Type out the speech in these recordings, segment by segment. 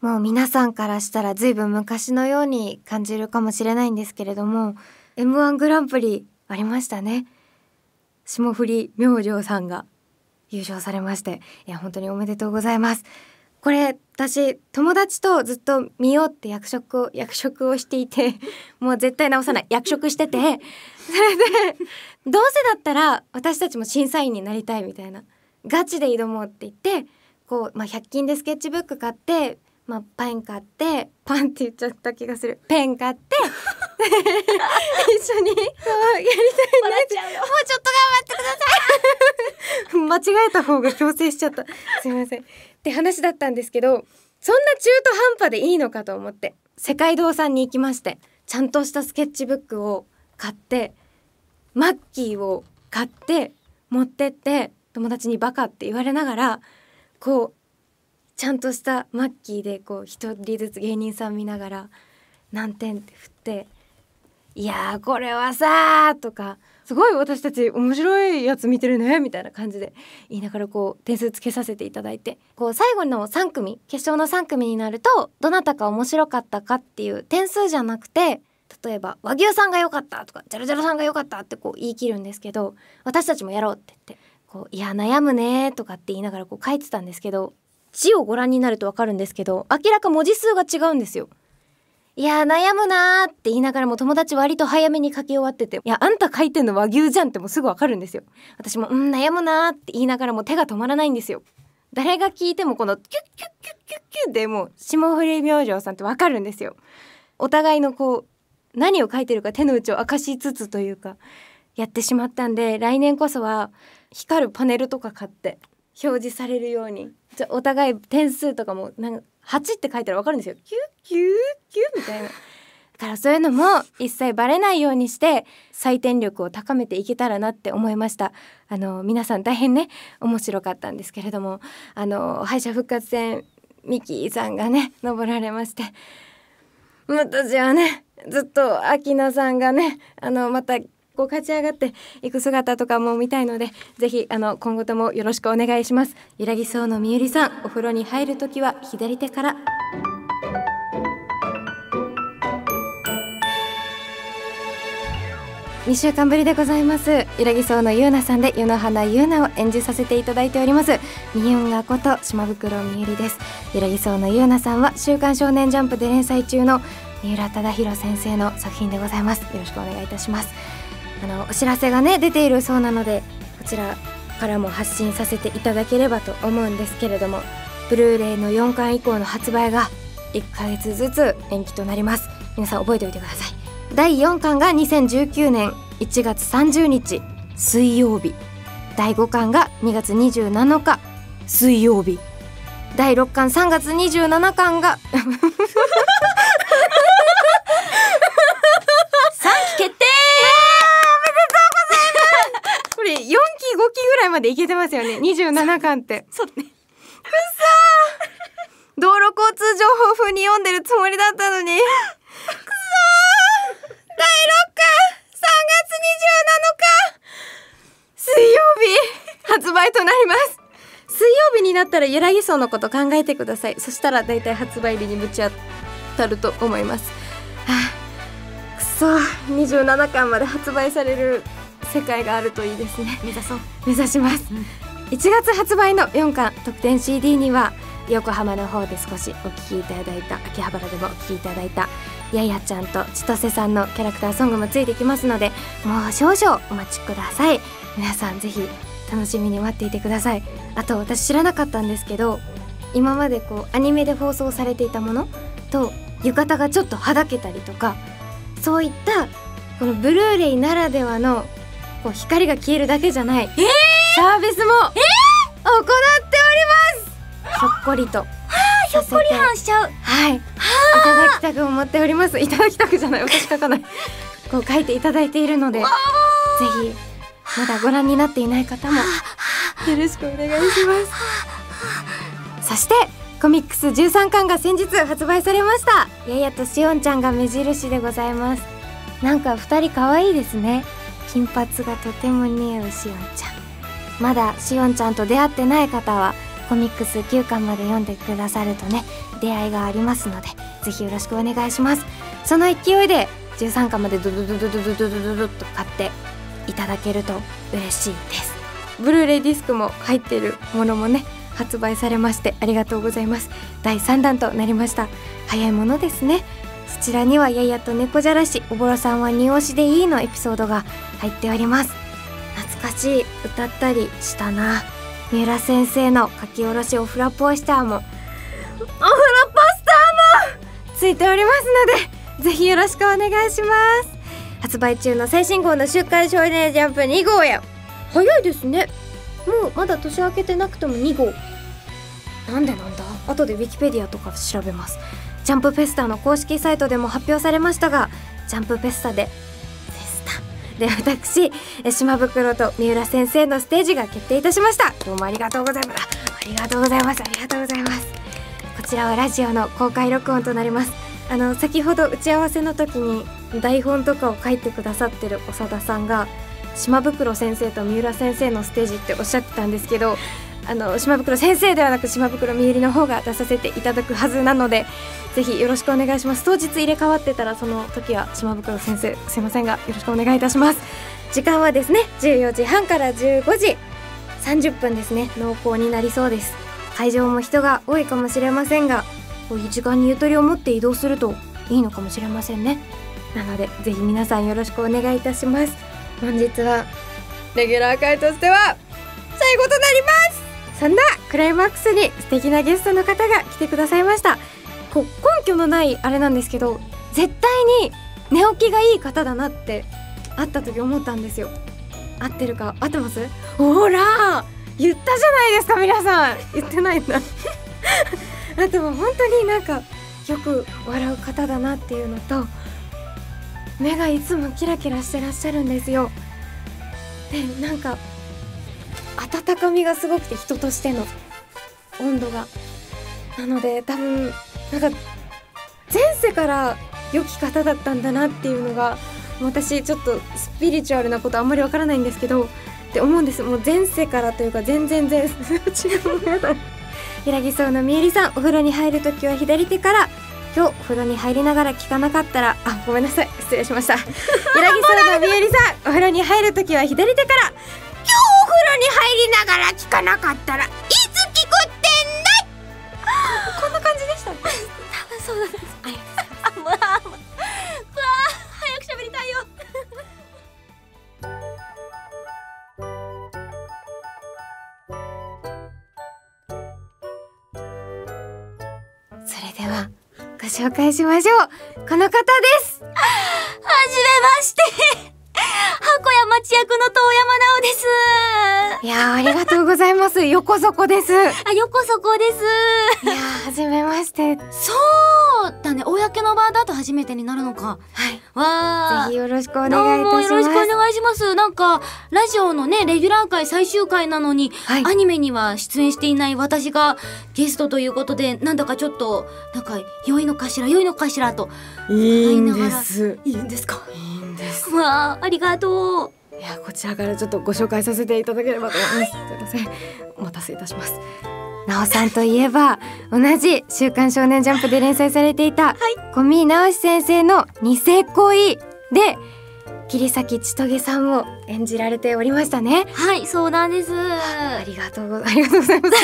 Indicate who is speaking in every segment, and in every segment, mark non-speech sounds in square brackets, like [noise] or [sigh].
Speaker 1: もう皆さんからしたら随分昔のように感じるかもしれないんですけれども M1 グランプリありましたね霜降り明星さんが優勝されましていや本当におめでとうございますこれ私友達とずっと見ようって約束を約束をしていてもう絶対直さない約束しててそれでどうせだったら私たちも審査員になりたいみたいなガチで挑もうって言ってこう、まあ、100均でスケッチブック買って、まあ、パン買ってパンって言っちゃった気がするペン買って一緒にそうやりたい
Speaker 2: 笑っちゃうよ
Speaker 1: もうちょっと頑張ってください間違えた方が強制しちゃったすいませんって話だったんですけどそんな中途半端でいいのかと思って世界堂さんに行きましてちゃんとしたスケッチブックを買ってマッキーを買って持ってって友達にバカって言われながらこうちゃんとしたマッキーでこう一人ずつ芸人さん見ながら何点って振っていやーこれはさーとかすごい私たち面白いやつ見てるねみたいな感じで言いながらこう点数つけさせていただいてこう最後の3組決勝の3組になるとどなたか面白かったかっていう点数じゃなくて例えば和牛さんが良かったとかジャルジャルさんが良かったってこう言い切るんですけど私たちもやろうって言ってこういや悩むねーとかって言いながらこう書いてたんですけど字をご覧になるとわかるんですけど明らか文字数が違うんですよ。いやー悩むなーって言いながらも友達割と早めに書き終わってて、いや、あんた書いてんの和牛じゃんってもうすぐわかるんですよ。私も、うん、悩むなーって言いながらもう手が止まらないんですよ。誰が聞いてもこのキュッキュッキュッキュッキュッでもう霜降り明星さんってわかるんですよ。お互いのこう、何を書いてるか手の内を明かしつつというか、やってしまったんで、来年こそは光るパネルとか買って表示されるように、じゃお互い点数とかもなんか8って書いたらわかるんですよ。キュッキュッキュッみたいな。だからそういうのも一切バレないようにして採点力を高めていけたらなって思いましたあの皆さん大変ね面白かったんですけれどもあの敗者復活戦ミキさんがね登られまして私はねずっとアキナさんがねあのまたこう勝ち上がっていく姿とかも見たいのでぜひあの今後ともよろしくお願いします揺らぎそうのみゆりさんお風呂に入るときは左手から2週間ぶりでございます揺らぎそうのゆうなさんで湯の花ゆうなを演じさせていただいておりますみゆんがこと島袋みゆりです揺らぎそうのゆうなさんは週刊少年ジャンプで連載中の三浦忠宏先生の作品でございますよろしくお願いいたしますあのお知らせがね出ているそうなのでこちらからも発信させていただければと思うんですけれどもブルーレイの4巻以降の発売が1ヶ月ずつ延期となります皆さん覚えておいてください第4巻が2019年1月30日水曜日第5巻が2月27日水曜日第6巻3月27巻が決定おめでとうございますこれ4期5期ぐらいまでいけてますよ [laughs] ね27巻って
Speaker 2: そうね
Speaker 1: 道路交通情報風に読んでるつもりだったのにくそー第6巻3月27日水曜日発売となります水曜日になったらゆらぎそうのこと考えてくださいそしたら大体発売日にぶち当たると思いますくそ27巻まで発売される世界があるといいですね
Speaker 2: 目指そう
Speaker 1: 目指します
Speaker 2: うん
Speaker 1: 1月発売の4巻特典 CD には横浜の方で少しお聴きいただいた秋葉原でもお聴きいただいたややちゃんと千歳さんのキャラクターソングもついてきますのでもう少々お待ちください皆さんぜひ楽しみに待っていてくださいあと私知らなかったんですけど今までこうアニメで放送されていたものと浴衣がちょっとはだけたりとかそういったこのブルーレイならではのこう光が消えるだけじゃない、サービスも、行っておりますひょっこりとひょっこり
Speaker 2: しちゃう
Speaker 1: はいいただきたく思っておりますいただきたくじゃない私書かないこう書いていただいているのでぜひまだご覧になっていない方もよろしくお願いしますそしてコミックス13巻が先日発売されましたややとしおんちゃんが目印でございますなんか二人可愛いですね金髪がとても似合うしおんちゃんまだしおんちゃんと出会ってない方はコミックス9巻まで読んでくださるとね出会いがありますのでぜひよろしくお願いしますその勢いで13巻までドドドドドドドドドドッと買っていただけると嬉しいですブルーレイディスクも入ってるものもね発売されましてありがとうございます第3弾となりました早いものですねそちらにはややと猫じゃらしおぼろさんは二押しでいいのエピソードが入っております懐かしい歌ったりしたな三浦先生の書き下ろしオフラポスターもオフラポスターもついておりますのでぜひよろしくお願いします発売中の最新号の週刊少年ジャンプ2号へ早いですねもうまだ年明けてなくても2号なんでなんだ後でウィキペディアとか調べますジャンプフェスタの公式サイトでも発表されましたがジャンプフェスタでフェスタで私え島袋と三浦先生のステージが決定いたしましたどうもありがとうございますありがとうございますありがとうございますこちらはラジオの公開録音となりますあの先ほど打ち合わせの時に台本とかを書いてくださってる長田さんが島袋先生と三浦先生のステージっておっしゃってたんですけどあの島袋先生ではなく島袋みゆりの方が出させていただくはずなのでぜひよろしくお願いします当日入れ替わってたらその時は島袋先生すいませんがよろしくお願いいたします時間はですね14時半から15時30分ですね濃厚になりそうです会場も人が多いかもしれませんがこういう時間にゆとりを持って移動するといいのかもしれませんねなのでぜひ皆さんよろしくお願いいたします本日はレギュラー会としては最後となりますそんなクライマックスに素敵なゲストの方が来てくださいましたこう根拠のないあれなんですけど絶対に寝起きがいい方だなって会った時思ったんですよ合ってるか合ってますほら言ったじゃないですか皆さん言ってないんだ [laughs] あとは本当になんかよく笑う方だなっていうのと目がいつもキラキラしてらっしゃるんですよでなんか温かみがすごくて人としての温度がなので多分なんか前世から良き方だったんだなっていうのが私ちょっとスピリチュアルなことあんまりわからないんですけどって思うんですもう前世からというか全然前 [laughs] 違うやだ [laughs] 平木荘のみえりさんお風呂に入るときは左手から今日お風呂に入りながら聞かなかったらあごめんなさ [laughs] い失礼しました平木荘のみえり [laughs] さんお風呂に入るときは左手から今日お風呂に入りながら聞かなかったらいつ聞くってんだいこんな感じ
Speaker 2: [laughs]
Speaker 1: でしたね多分そうなんですありがとうございます
Speaker 2: あもうあもううわあ早く喋りたいよ
Speaker 1: それではご紹介しましょうこの方です
Speaker 2: はじめまして箱屋町役の遠山奈緒です
Speaker 1: いやーありがとうございます [laughs] 横底ですいや
Speaker 2: あ、よこそこです
Speaker 1: ー初めましてはい
Speaker 2: そうだね、公の場だと初めてになるのかわあ
Speaker 1: ぜひよろしくお願いい
Speaker 2: どうも
Speaker 1: た
Speaker 2: よ
Speaker 1: し
Speaker 2: ろ
Speaker 1: ま
Speaker 2: し
Speaker 1: す
Speaker 2: くお願いします。なんか、ラジオのね、レギュラー回最終回なのに、
Speaker 1: はい
Speaker 2: アニメには出演していない私がゲストということで、なんだかちょっと、なんか、良いのかしら、良いのかしらと。
Speaker 1: い
Speaker 2: いんです
Speaker 1: いいんですかいいんです
Speaker 2: わあ、ありがとう。
Speaker 1: いやこちらからちょっとご紹介させていただければと思います、すいませんお待たせいたしますなおさんといえば同じ週刊少年ジャンプで連載されていた、小見直し先生のニセ恋で桐崎千棘さんを演じられておりましたね
Speaker 2: はい、そうなんです。い
Speaker 1: あ
Speaker 2: や、
Speaker 1: りがとうご [laughs] ざありがとうございます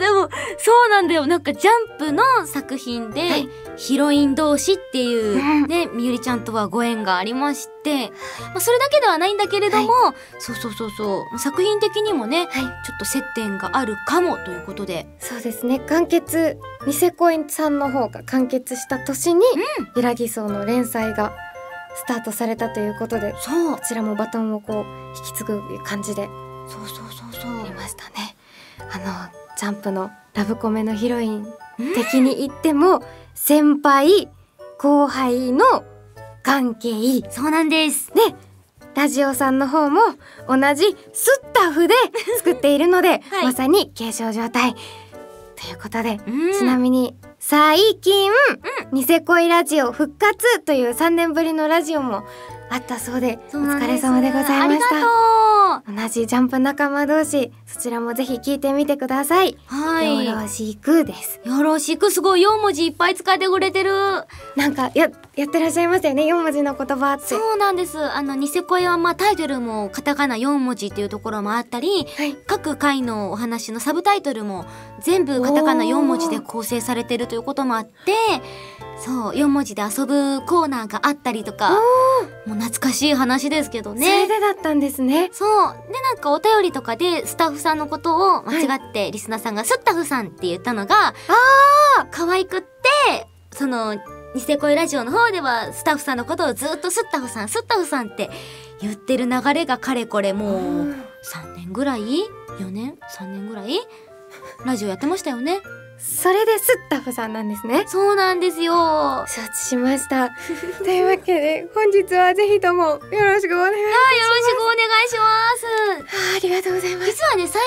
Speaker 2: でも、そうなんだよ。なんか、ジャンプの作品で、
Speaker 1: はい
Speaker 2: ヒロイン同士っていうう、
Speaker 1: ん
Speaker 2: ね、みゆりちゃんとはご縁がありまして、まあ、それだけではないんだけれども、そうそうそうそう、作品的にもね、
Speaker 1: はい
Speaker 2: ちょっと接点があるかもということで。
Speaker 1: そうですね完結ニセ恋さんの方が完結した年に「ゆらぎ荘」の連載がスタートされたということで
Speaker 2: そう
Speaker 1: こ。ちらもバトンをこう引き継ぐ感じで
Speaker 2: そうそうそうそう
Speaker 1: あり。ましたねあのジャンプのラブコメのヒロイン的に言っても、先輩後輩の関係で
Speaker 2: そうなんです。
Speaker 1: ラジオさんの方も同じスタッフで作っているので、
Speaker 2: [laughs] はい
Speaker 1: まさに継承状態ということで、
Speaker 2: うん
Speaker 1: ちなみに最近、ニセ恋ラジオ復活という3年ぶりのラジオもあったそうで
Speaker 2: そうなん
Speaker 1: お疲
Speaker 2: で
Speaker 1: れ
Speaker 2: す
Speaker 1: 様でございました
Speaker 2: ありが
Speaker 1: 同じジャンプ仲間同士そちらもぜひ聞いてみてください、
Speaker 2: はい。
Speaker 1: よ
Speaker 2: よ
Speaker 1: ろしくです
Speaker 2: ろしく、すごい。4文字いっぱい使ってくれてる。
Speaker 1: なんかややってらっしゃいますよね四文字の言葉って
Speaker 2: そうなんです。あの、ニセ恋は、まあ、タイトルもカタカナ4文字っていうところもあったり、
Speaker 1: はい
Speaker 2: 各回のお話のサブタイトルも全部カタカナ4文字で構成されてるということもあってそう4文字で遊ぶコーナーがあったりとかもう懐かしい話ですけど
Speaker 1: それ
Speaker 2: ね。
Speaker 1: でだったんですね
Speaker 2: そうでなんかお便りとかでスタッフさんのことを間違ってリスナーさんが「スッタフさん」って言ったのが可愛くってそのニセ恋ラジオの方ではスタッフさんのことをずっと「スッタフさんスッタフさん」って言ってる流れがかれこれもう。3年ぐらい4年3年ぐらいラジオやってましたよね
Speaker 1: それでスッタフさんなんですね
Speaker 2: そうなんですよ
Speaker 1: 承知しました
Speaker 2: [laughs]
Speaker 1: というわけで本日はぜひともよろしくお願いしま
Speaker 2: はいよろしくお願いします
Speaker 1: すあーありがとうございます
Speaker 2: 実はね最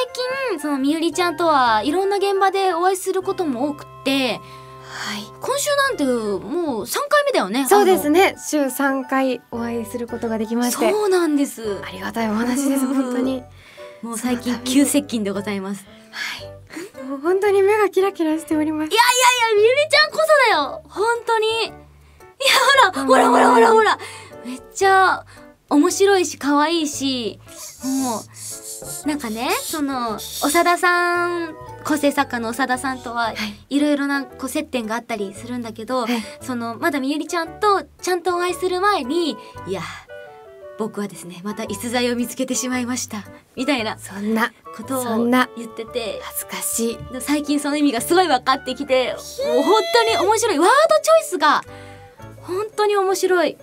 Speaker 2: 近そのみゆりちゃんとはいろんな現場でお会いすることも多くて
Speaker 1: はい
Speaker 2: 今週なんてもう3回目だよね
Speaker 1: そうですね週三回お会いすることができ
Speaker 2: あ
Speaker 1: ま
Speaker 2: の
Speaker 1: して
Speaker 2: そうなんです
Speaker 1: ありがたいお話です本当に
Speaker 2: もう最近
Speaker 1: そうだ
Speaker 2: 急接近でござい [laughs] ますいや
Speaker 1: もう本当に目がキラキラしております
Speaker 2: いやみゆりちゃんこそだよ本当にいやほらほらほらほらほらめっちゃ面白いし可愛いしもうなんかねその長田さん個性作家の長田さんとは
Speaker 1: はい
Speaker 2: いろいろなこう接点があったりするんだけど、
Speaker 1: はい
Speaker 2: そのまだみゆりちゃんとちゃんとお会いする前にいや僕はですねまた逸材を見つけてしまいましたみたいな
Speaker 1: そんな
Speaker 2: こと
Speaker 1: そ
Speaker 2: を
Speaker 1: んな
Speaker 2: 言ってて
Speaker 1: 恥ずかしい
Speaker 2: 最近その意味がすごい分かってきてもう本当に面白いワードチョイスが本当に面白い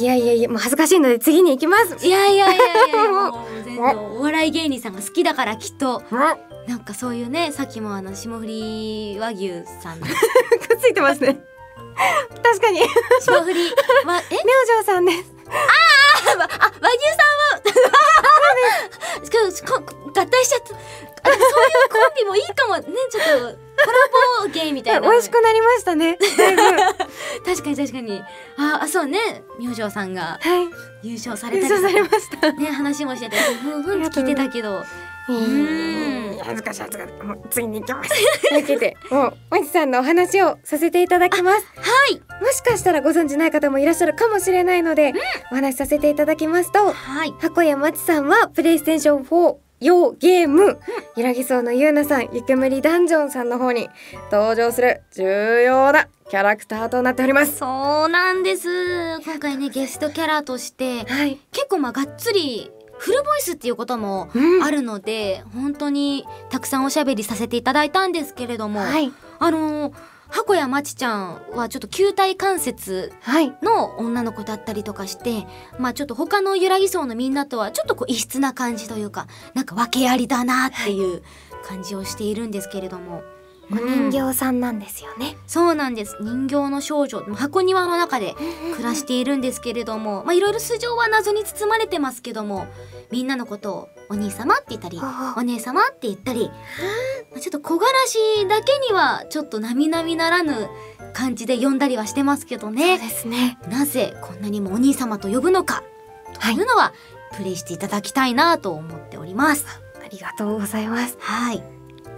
Speaker 1: いやいやいやもう恥ずかしいので次に行きます [laughs]
Speaker 2: いやいやいやいや [laughs] もう全
Speaker 1: ね
Speaker 2: 然お笑い芸人さんが好きだからきっと
Speaker 1: あ
Speaker 2: なんかそういうねさっきもあの霜降り和牛さんの
Speaker 1: くっついてますね [laughs] 確かに明
Speaker 2: 霜降りはえ
Speaker 1: 星さんです
Speaker 2: [laughs] あ、あ和牛さんはけどしこ合体しちゃったあでもそういうコンビもいいかもねちょっとコラボゲイ
Speaker 1: 美
Speaker 2: みたいな
Speaker 1: 味しくなりましたねだいぶは
Speaker 2: 確かに確かにああそうね明星さんが
Speaker 1: い
Speaker 2: 優勝され
Speaker 1: 優
Speaker 2: たり
Speaker 1: 勝されました
Speaker 2: ね話もしててふんふんって聞いてたけど
Speaker 1: う
Speaker 2: ーん
Speaker 1: 恥ずかしい恥ずかしいもう次に行き
Speaker 2: [laughs]
Speaker 1: ますというわけでもうおじさんのお話をさせていただきます
Speaker 2: はい
Speaker 1: もしかしたらご存知ない方もいらっしゃるかもしれないので、お話しさせていただきますと
Speaker 2: はい
Speaker 1: 箱谷真知さんはプレイステーション4用ゲーム、揺らぎそうのゆうなさんゆけむりダンジョンさんの方に登場する重要なキャラクターとなっております
Speaker 2: そうなんです今回ねゲストキャラとして
Speaker 1: はい、
Speaker 2: 結構まあがっつりフルボイスっていうこともあるので、本当にたくさんおしゃべりさせていただいたんですけれども、
Speaker 1: はい
Speaker 2: あのー箱谷真知ちゃんはちょっと球体関節
Speaker 1: はい
Speaker 2: の女の子だったりとかしてまあちょっと他の揺らぎ層のみんなとはちょっとこう異質な感じというかなんか訳ありだなっていう感じをしているんですけれども、
Speaker 1: お人形さんなんですよね、
Speaker 2: そうなんです人形の少女箱庭の中で暮らしているんですけれども、まあいろいろ素性は謎に包まれてますけどもみんなのことをお兄様って言ったり
Speaker 1: ああ
Speaker 2: お姉様って言ったりまあちょっと小柄しだけにはちょっと並々ならぬ感じで呼んだりはしてますけどね
Speaker 1: そうですね
Speaker 2: なぜこんなにもお兄様と呼ぶのかというのは、プレイしていただきたいなと思っております。
Speaker 1: ありがとうございます
Speaker 2: はい、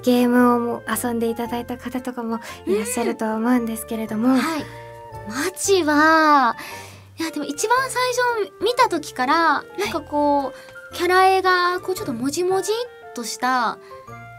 Speaker 1: ゲームをもう遊んでいただいた方とかもいらっしゃるとは思うんですけれども、
Speaker 2: はい、マチはいやでも一番最初見た時からなんかこう、キャラ絵がこうちょっともじもじっとした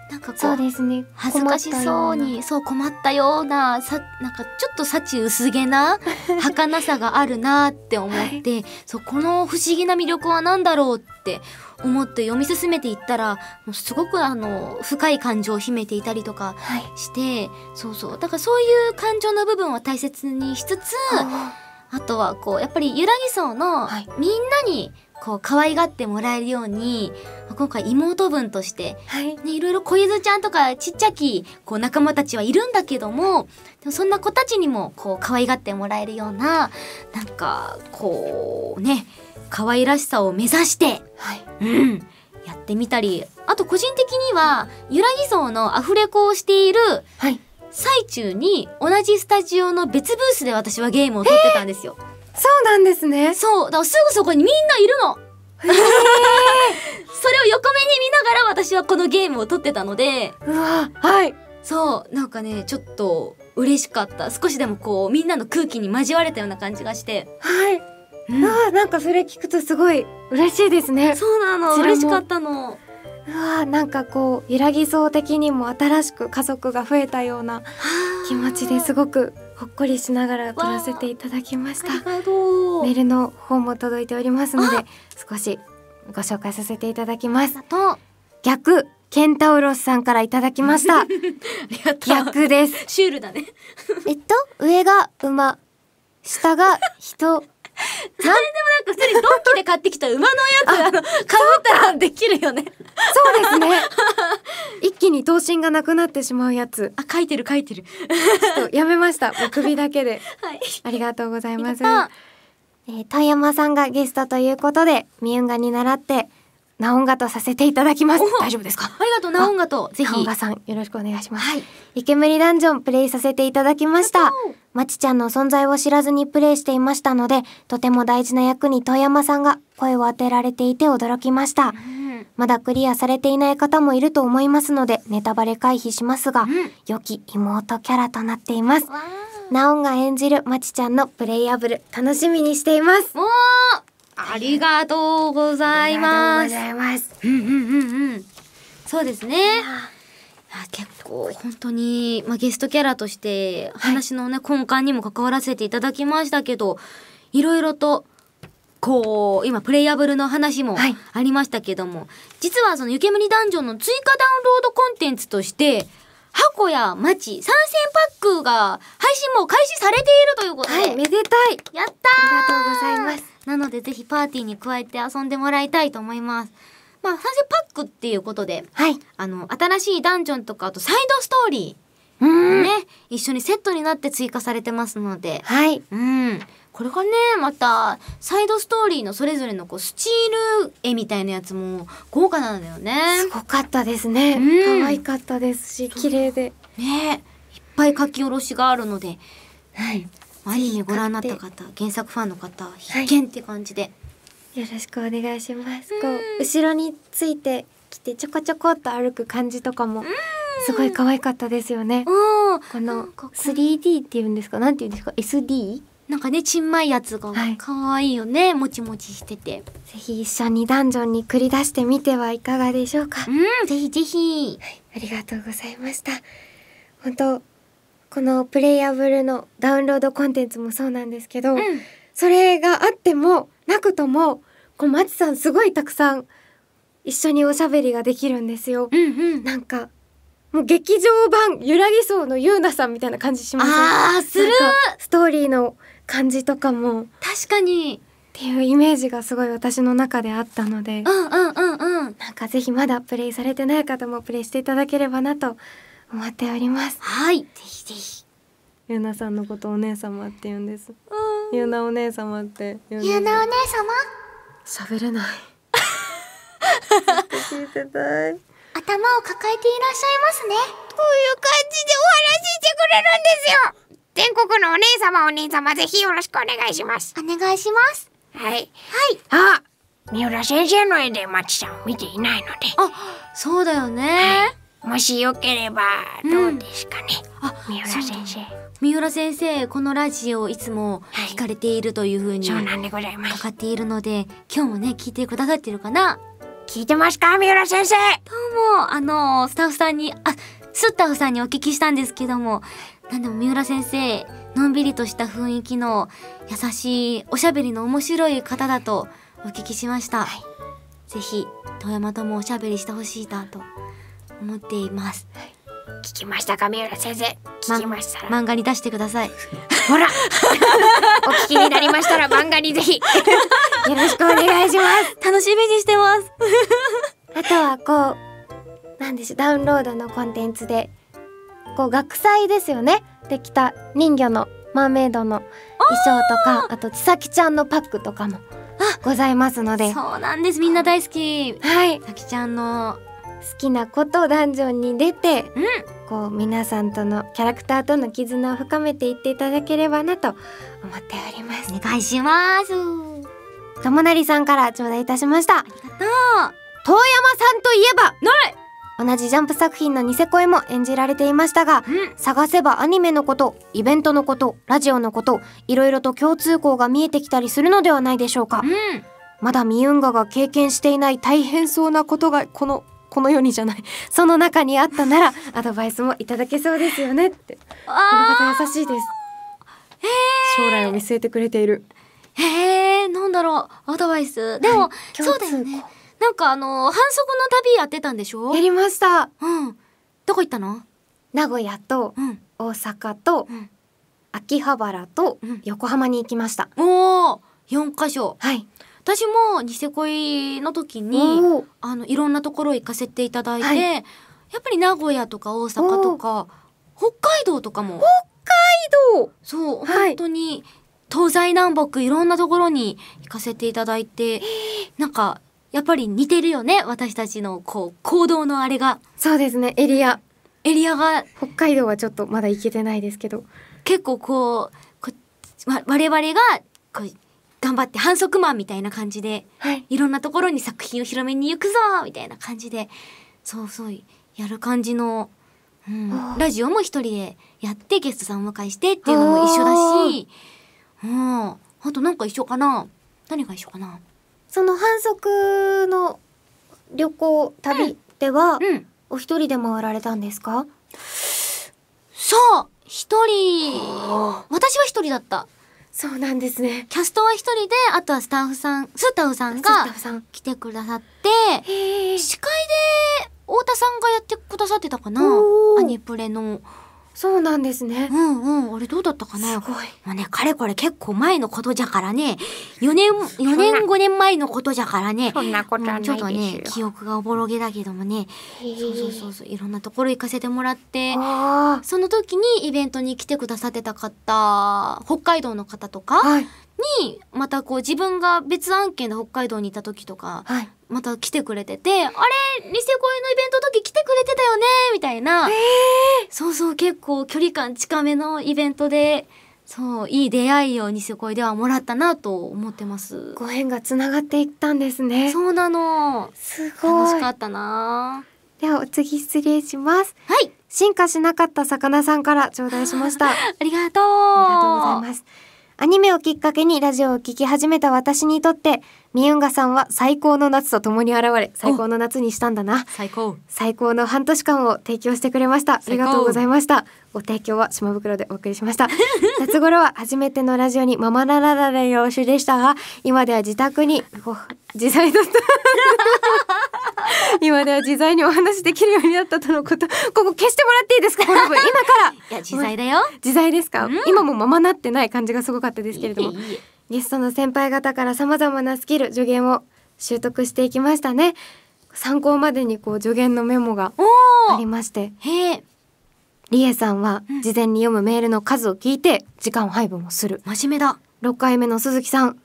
Speaker 2: なんかこ
Speaker 1: そう
Speaker 2: う
Speaker 1: ですね
Speaker 2: 恥ずかしそうにそう困ったようなさなんかちょっと幸薄げ [laughs] な儚さがあるなって思って、そうこの不思議な魅力は何だろうって思って読み進めていったらもうすごくあの深い感情を秘めていたりとか
Speaker 1: はい
Speaker 2: してそうそうだからそういう感情の部分を大切にしつつあとはこうやっぱりゆらぎ層の
Speaker 1: はい
Speaker 2: みんなにこう可愛がってもらえるように今回妹分として
Speaker 1: はい
Speaker 2: ね、いろいろ小ゆずちゃんとかちっちゃきこう仲間たちはいるんだけどもでもそんな子たちにもこう可愛がってもらえるようななんかこうね可愛らしさを目指して、
Speaker 1: はい
Speaker 2: うん、やってみたりあと個人的にはゆらぎ荘のアフレコをしている
Speaker 1: はい
Speaker 2: 最中に同じスタジオの別ブースで私はゲームを撮ってたんですよ。
Speaker 1: そうなんですね
Speaker 2: そうだからすぐそこにみんないるの [laughs] それを横目に見ながら私はこのゲームを撮ってたので
Speaker 1: うわはい
Speaker 2: そうなんかねちょっと嬉しかった少しでもこうみんなの空気に交われたような感じがして、
Speaker 1: はい、
Speaker 2: うん
Speaker 1: うわなんかそれ聞くとすごい嬉しいですね
Speaker 2: そうなの
Speaker 1: こちらも
Speaker 2: 嬉しかったの
Speaker 1: うわなんかこう揺らぎそう的にも新しく家族が増えたような気持ちです
Speaker 2: ご
Speaker 1: ごくほっこりしながら撮らせていただきました
Speaker 2: ありがとう
Speaker 1: メールの方も届いておりますので少しご紹介させていただきます
Speaker 2: あとあ
Speaker 1: 逆ケンタウロスさんからいただきました [laughs]
Speaker 2: りがとう
Speaker 1: 逆です
Speaker 2: シュールだね
Speaker 1: えっと上が馬下が人
Speaker 2: なんか普通にドッキで買ってきた馬のやつあのかぶったらできるよ
Speaker 1: そう
Speaker 2: ね
Speaker 1: ですね一気に頭身がなくなってしまうやつ
Speaker 2: あ書いてる書いてる
Speaker 1: ちょっとやめましたもう首だけで
Speaker 2: はい
Speaker 1: ありがとうございます。
Speaker 2: あ
Speaker 1: えー、遠山さんがゲストということで、ミウンガに習って、ナオンガとさせていただきます。大丈夫ですか
Speaker 2: ありがとうナオンガとぜひ
Speaker 1: ナオンガさん、よろしくお願いします。
Speaker 2: はい
Speaker 1: イケメリダンジョンプレイさせていただきまし
Speaker 2: あ
Speaker 1: た
Speaker 2: りがとう。
Speaker 1: まちちゃんの存在を知らずにプレイしていましたので、とても大事な役に遠山さんが声を当てられていて驚きました。
Speaker 2: うん
Speaker 1: まだクリアされていない方もいると思いますので、ネタバレ回避しますが、
Speaker 2: ん
Speaker 1: 良き妹キャラとなっています。
Speaker 2: わ
Speaker 1: ナオンが演じるまちちゃんのプレイアブル楽しみにしています。
Speaker 2: ーおーありがとうございます
Speaker 1: ありがとうございます。
Speaker 2: うんうんうんうんそうですねあ結構本当に、まあ、ゲストキャラとして話のね、根幹にも関わらせていただきましたけどいろいろとこう今プレイアブルの話も
Speaker 1: はい
Speaker 2: ありましたけども、実はその「湯煙ダンジョン」の追加ダウンロードコンテンツとして箱や町参戦パックが配信も開始されているということで、
Speaker 1: はい、めでたい。
Speaker 2: や
Speaker 1: ありが
Speaker 2: ったー
Speaker 1: とうございます
Speaker 2: なのでぜひパーティーに加えて遊んでもらいたいと思います。まあ、参戦パックっていうことで、
Speaker 1: はい。
Speaker 2: あの、新しいダンジョンとか、あとサイドストーリ
Speaker 1: う
Speaker 2: ーが
Speaker 1: ん。
Speaker 2: ね、一緒にセットになって追加されてますので、
Speaker 1: はい。
Speaker 2: うん。これがね、また、サイドストーリーのそれぞれのこう、スチール絵みたいなやつも豪華なんだよね
Speaker 1: す。ごかったですね。
Speaker 2: うん
Speaker 1: 可愛かったですし、綺麗で。
Speaker 2: ねいっぱい書き下ろしがあるので、
Speaker 1: はい。よ
Speaker 2: アニメご覧になった方、原作ファンの方、必見って感じで。
Speaker 1: ろしくお願いします。
Speaker 2: うん
Speaker 1: こう、後ろについてきて、ちょこちょこっと歩く感じとかも、すごい可愛かったですよね。
Speaker 2: うん。
Speaker 1: こ
Speaker 2: な
Speaker 1: の
Speaker 2: んかこう
Speaker 1: 3D っていうんですかなんていうんですか SD?
Speaker 2: なんかね、ちんまいやつが
Speaker 1: はい
Speaker 2: 可愛いよね、もちもちしてて。
Speaker 1: ぜひ一緒にダンジョンに繰り出してみてはいかがでしょうか
Speaker 2: うん、ぜひぜひ。
Speaker 1: ありがとうございました。本当このプレイアブルのダウンロードコンテンツもそうなんですけど、
Speaker 2: うん
Speaker 1: それがあってもなくともこうマチさんすごいたくさん一緒におしゃべりができるんですよ。
Speaker 2: うんうん。
Speaker 1: なんかもう劇場版ゆらぎそうのゆうなさんみたいな感じしません
Speaker 2: あーする
Speaker 1: なんかストーリーの感じとかもっ
Speaker 2: 確かに。
Speaker 1: ていうイメージがすごい私の中であったので
Speaker 2: う。んうんうんうん。
Speaker 1: なんかぜひまだプレイされてない方もプレイしていただければなと思っております。
Speaker 2: はい、ぜひぜひ。
Speaker 1: ゆうなさんのことお姉様って言うんです。
Speaker 2: うん。
Speaker 1: ゆうなお姉様って言
Speaker 2: ゆうなお姉様。
Speaker 1: 喋れない。聞いてたい。
Speaker 2: 頭を抱えていらっしゃいますね。こういう感じでお話ししてくれるんですよ。
Speaker 3: 全国のお姉様お兄様ぜひよろしくお願いします。
Speaker 2: お願いします。
Speaker 3: はい。はい。
Speaker 1: あ、
Speaker 3: 三浦先生の絵でまちちゃんを見ていないので、
Speaker 2: あ、そうだよね。
Speaker 3: もしよければどうですかね。
Speaker 2: あ、
Speaker 3: 三浦先生。
Speaker 2: 三浦先生、このラジオいつも聞かれているというふうに
Speaker 3: そうな
Speaker 2: か
Speaker 3: んでございます。
Speaker 2: かっているので、今日もね、聞いてくださってるかな。
Speaker 3: 聞いてますか三浦先生。
Speaker 2: どうも、あの、スタッフさんに、あ、スタッフさんにお聞きしたんですけども、なんでも三浦先生、のんびりとした雰囲気の優しい、おしゃべりの面白い方だとお聞きしました。ぜひ、遠山ともおしゃべりしてほしいなと思っています。
Speaker 3: 聞きましたか三浦先生。聞きましたら。
Speaker 2: 漫画に出してください。
Speaker 3: ほら。 [laughs] お聞きになりましたら漫画にぜひ。
Speaker 1: [laughs] よろしくお願いします。
Speaker 2: 楽しみにしてます。
Speaker 1: あとはこう、なんでしょう、ダウンロードのコンテンツで、こう学祭ですよね。できた人魚のマーメイドの衣装とか、あとちさきちゃんのパックとかもございますので、
Speaker 2: そうなんです。みんな大好き。
Speaker 1: はい、好
Speaker 2: さきちゃんの、
Speaker 1: きなことをダンジョンに出て、
Speaker 2: うん。
Speaker 1: こう皆さんとのキャラクターとの絆を深めていっていただければなと思っております
Speaker 2: お願いします。
Speaker 1: ともなりさんから頂戴いたしました
Speaker 2: がとう
Speaker 1: 遠山さんといえば
Speaker 2: ない
Speaker 1: 同じジャンプ作品のニセ恋も演じられていましたが
Speaker 2: うん
Speaker 1: 探せばアニメのことイベントのことラジオのこといろいろと共通項が見えてきたりするのではないでしょうか
Speaker 2: うん
Speaker 1: まだミユンガが経験していない大変そうなことがこのこの世にじゃないその中にあったな
Speaker 2: [laughs]
Speaker 1: らアドバイスもいただけそうですよねってこの
Speaker 2: あ
Speaker 1: 方優しいです将来を見据えてくれている
Speaker 2: ーへえなんだろうアドバイスでも、
Speaker 1: はい共
Speaker 2: そう
Speaker 1: 通項
Speaker 2: だよねなんかあの反則の旅やってたんでしょ
Speaker 1: やりました
Speaker 2: うんどこ行ったの
Speaker 1: 名古屋と
Speaker 2: うん
Speaker 1: 大阪と
Speaker 2: うん
Speaker 1: 秋葉原と
Speaker 2: うん
Speaker 1: 横浜に行きました、
Speaker 2: おお4箇所
Speaker 1: はい
Speaker 2: 私もニセ恋の時に
Speaker 1: おー
Speaker 2: あのいろんなところ行かせていただいて、
Speaker 1: はい
Speaker 2: やっぱり名古屋とか大阪とか北海道とかも
Speaker 1: どう
Speaker 2: そう、
Speaker 1: はい
Speaker 2: 本当に東西南北いろんなところに行かせていただいてなんかやっぱり似てるよね私たちのこう行動のあれが
Speaker 1: そうですねエリア
Speaker 2: エリアが
Speaker 1: 北海道はちょっとまだ行けてないですけど
Speaker 2: 結構こうこわ我々がこう頑張って反則マンみたいな感じで
Speaker 1: はい
Speaker 2: いろんなところに作品を広めに行くぞみたいな感じでそうそうやる感じの、うん
Speaker 1: あー
Speaker 2: ラジオも一人でやってゲストさんをお迎えしてっていうのも一緒だしうんあとなんか一緒かな何が一緒かな
Speaker 1: その反則の旅行旅では、
Speaker 2: うん
Speaker 1: お一人で回られたんですか
Speaker 2: そう一人私は一人だった
Speaker 1: そうなんですね
Speaker 2: キャストは一人であとはスタッフさんスタッフさん
Speaker 1: スタッ
Speaker 2: が
Speaker 1: フさん
Speaker 2: 来てくださって
Speaker 1: へえ
Speaker 2: 司会で太田さんがやってくださってたかな
Speaker 1: おー
Speaker 2: アニプレの
Speaker 1: そうなんですね
Speaker 2: うんうんあれどうだったかな
Speaker 1: すごい
Speaker 2: まあねかれこれ結構前のことじゃからね4年4年5年前のことじゃからね
Speaker 3: そんなことはないで
Speaker 2: ち
Speaker 3: し
Speaker 2: ょ
Speaker 3: ょ
Speaker 2: っとね記憶がおぼろげだけどもねそうそうそうそういろんなところ行かせてもらって
Speaker 1: あ
Speaker 2: その時にイベントに来てくださってた方北海道の方と
Speaker 1: あ
Speaker 2: か
Speaker 1: はい
Speaker 2: にまたこう自分が別案件で北海道にいた時とか
Speaker 1: はい
Speaker 2: また来てくれてて、あれニセ恋のイベントの時来てくれてたよねみたいな、そうそう結構距離感近めのイベントで、そう、いい出会いをニセ恋ではもらったなと思ってます。
Speaker 1: ご縁がつながっていったんですね
Speaker 2: そうなの。
Speaker 1: すご
Speaker 2: 楽し
Speaker 1: い
Speaker 2: かったな
Speaker 1: ではお次失礼します
Speaker 2: はい、
Speaker 1: 進化しなかった魚さんから頂戴しました
Speaker 2: ありがとう。
Speaker 1: ありがとうござい
Speaker 2: す。
Speaker 1: ます。アニメをきっかけにラジオを聴き始めた私にとって、ミユンガさんは最高の夏と共に現れ、最高の夏にしたんだな。
Speaker 2: 最高。
Speaker 1: 最高の半年間を提供してくれました。あり
Speaker 2: 最高
Speaker 1: がとうございました。ご提供は島袋でお送りしま
Speaker 2: [laughs]
Speaker 1: した。夏頃は初めてのラジオにママララララ様子でしたが、今では自宅に、ご自在
Speaker 2: [laughs]
Speaker 1: だった。今では自在にお話しできるようになったとのこと。ここ消してもらっていい
Speaker 2: [laughs]
Speaker 1: ですかこの部今から
Speaker 2: いや、自在だよ。
Speaker 1: 自在ですか、今もままなってない感じがすごかったですけれども
Speaker 2: いいいい
Speaker 1: ゲストの先輩方から様々なスキル助言を習得していきましたね参考までにこう助言のメモが
Speaker 2: お
Speaker 1: あり
Speaker 2: ー
Speaker 1: まして
Speaker 2: へえ、
Speaker 1: リエさんは
Speaker 2: ん
Speaker 1: 事前に読むメールの数を聞いて時間を配分をする
Speaker 2: 真面目だ。
Speaker 1: 6回目の鈴木さん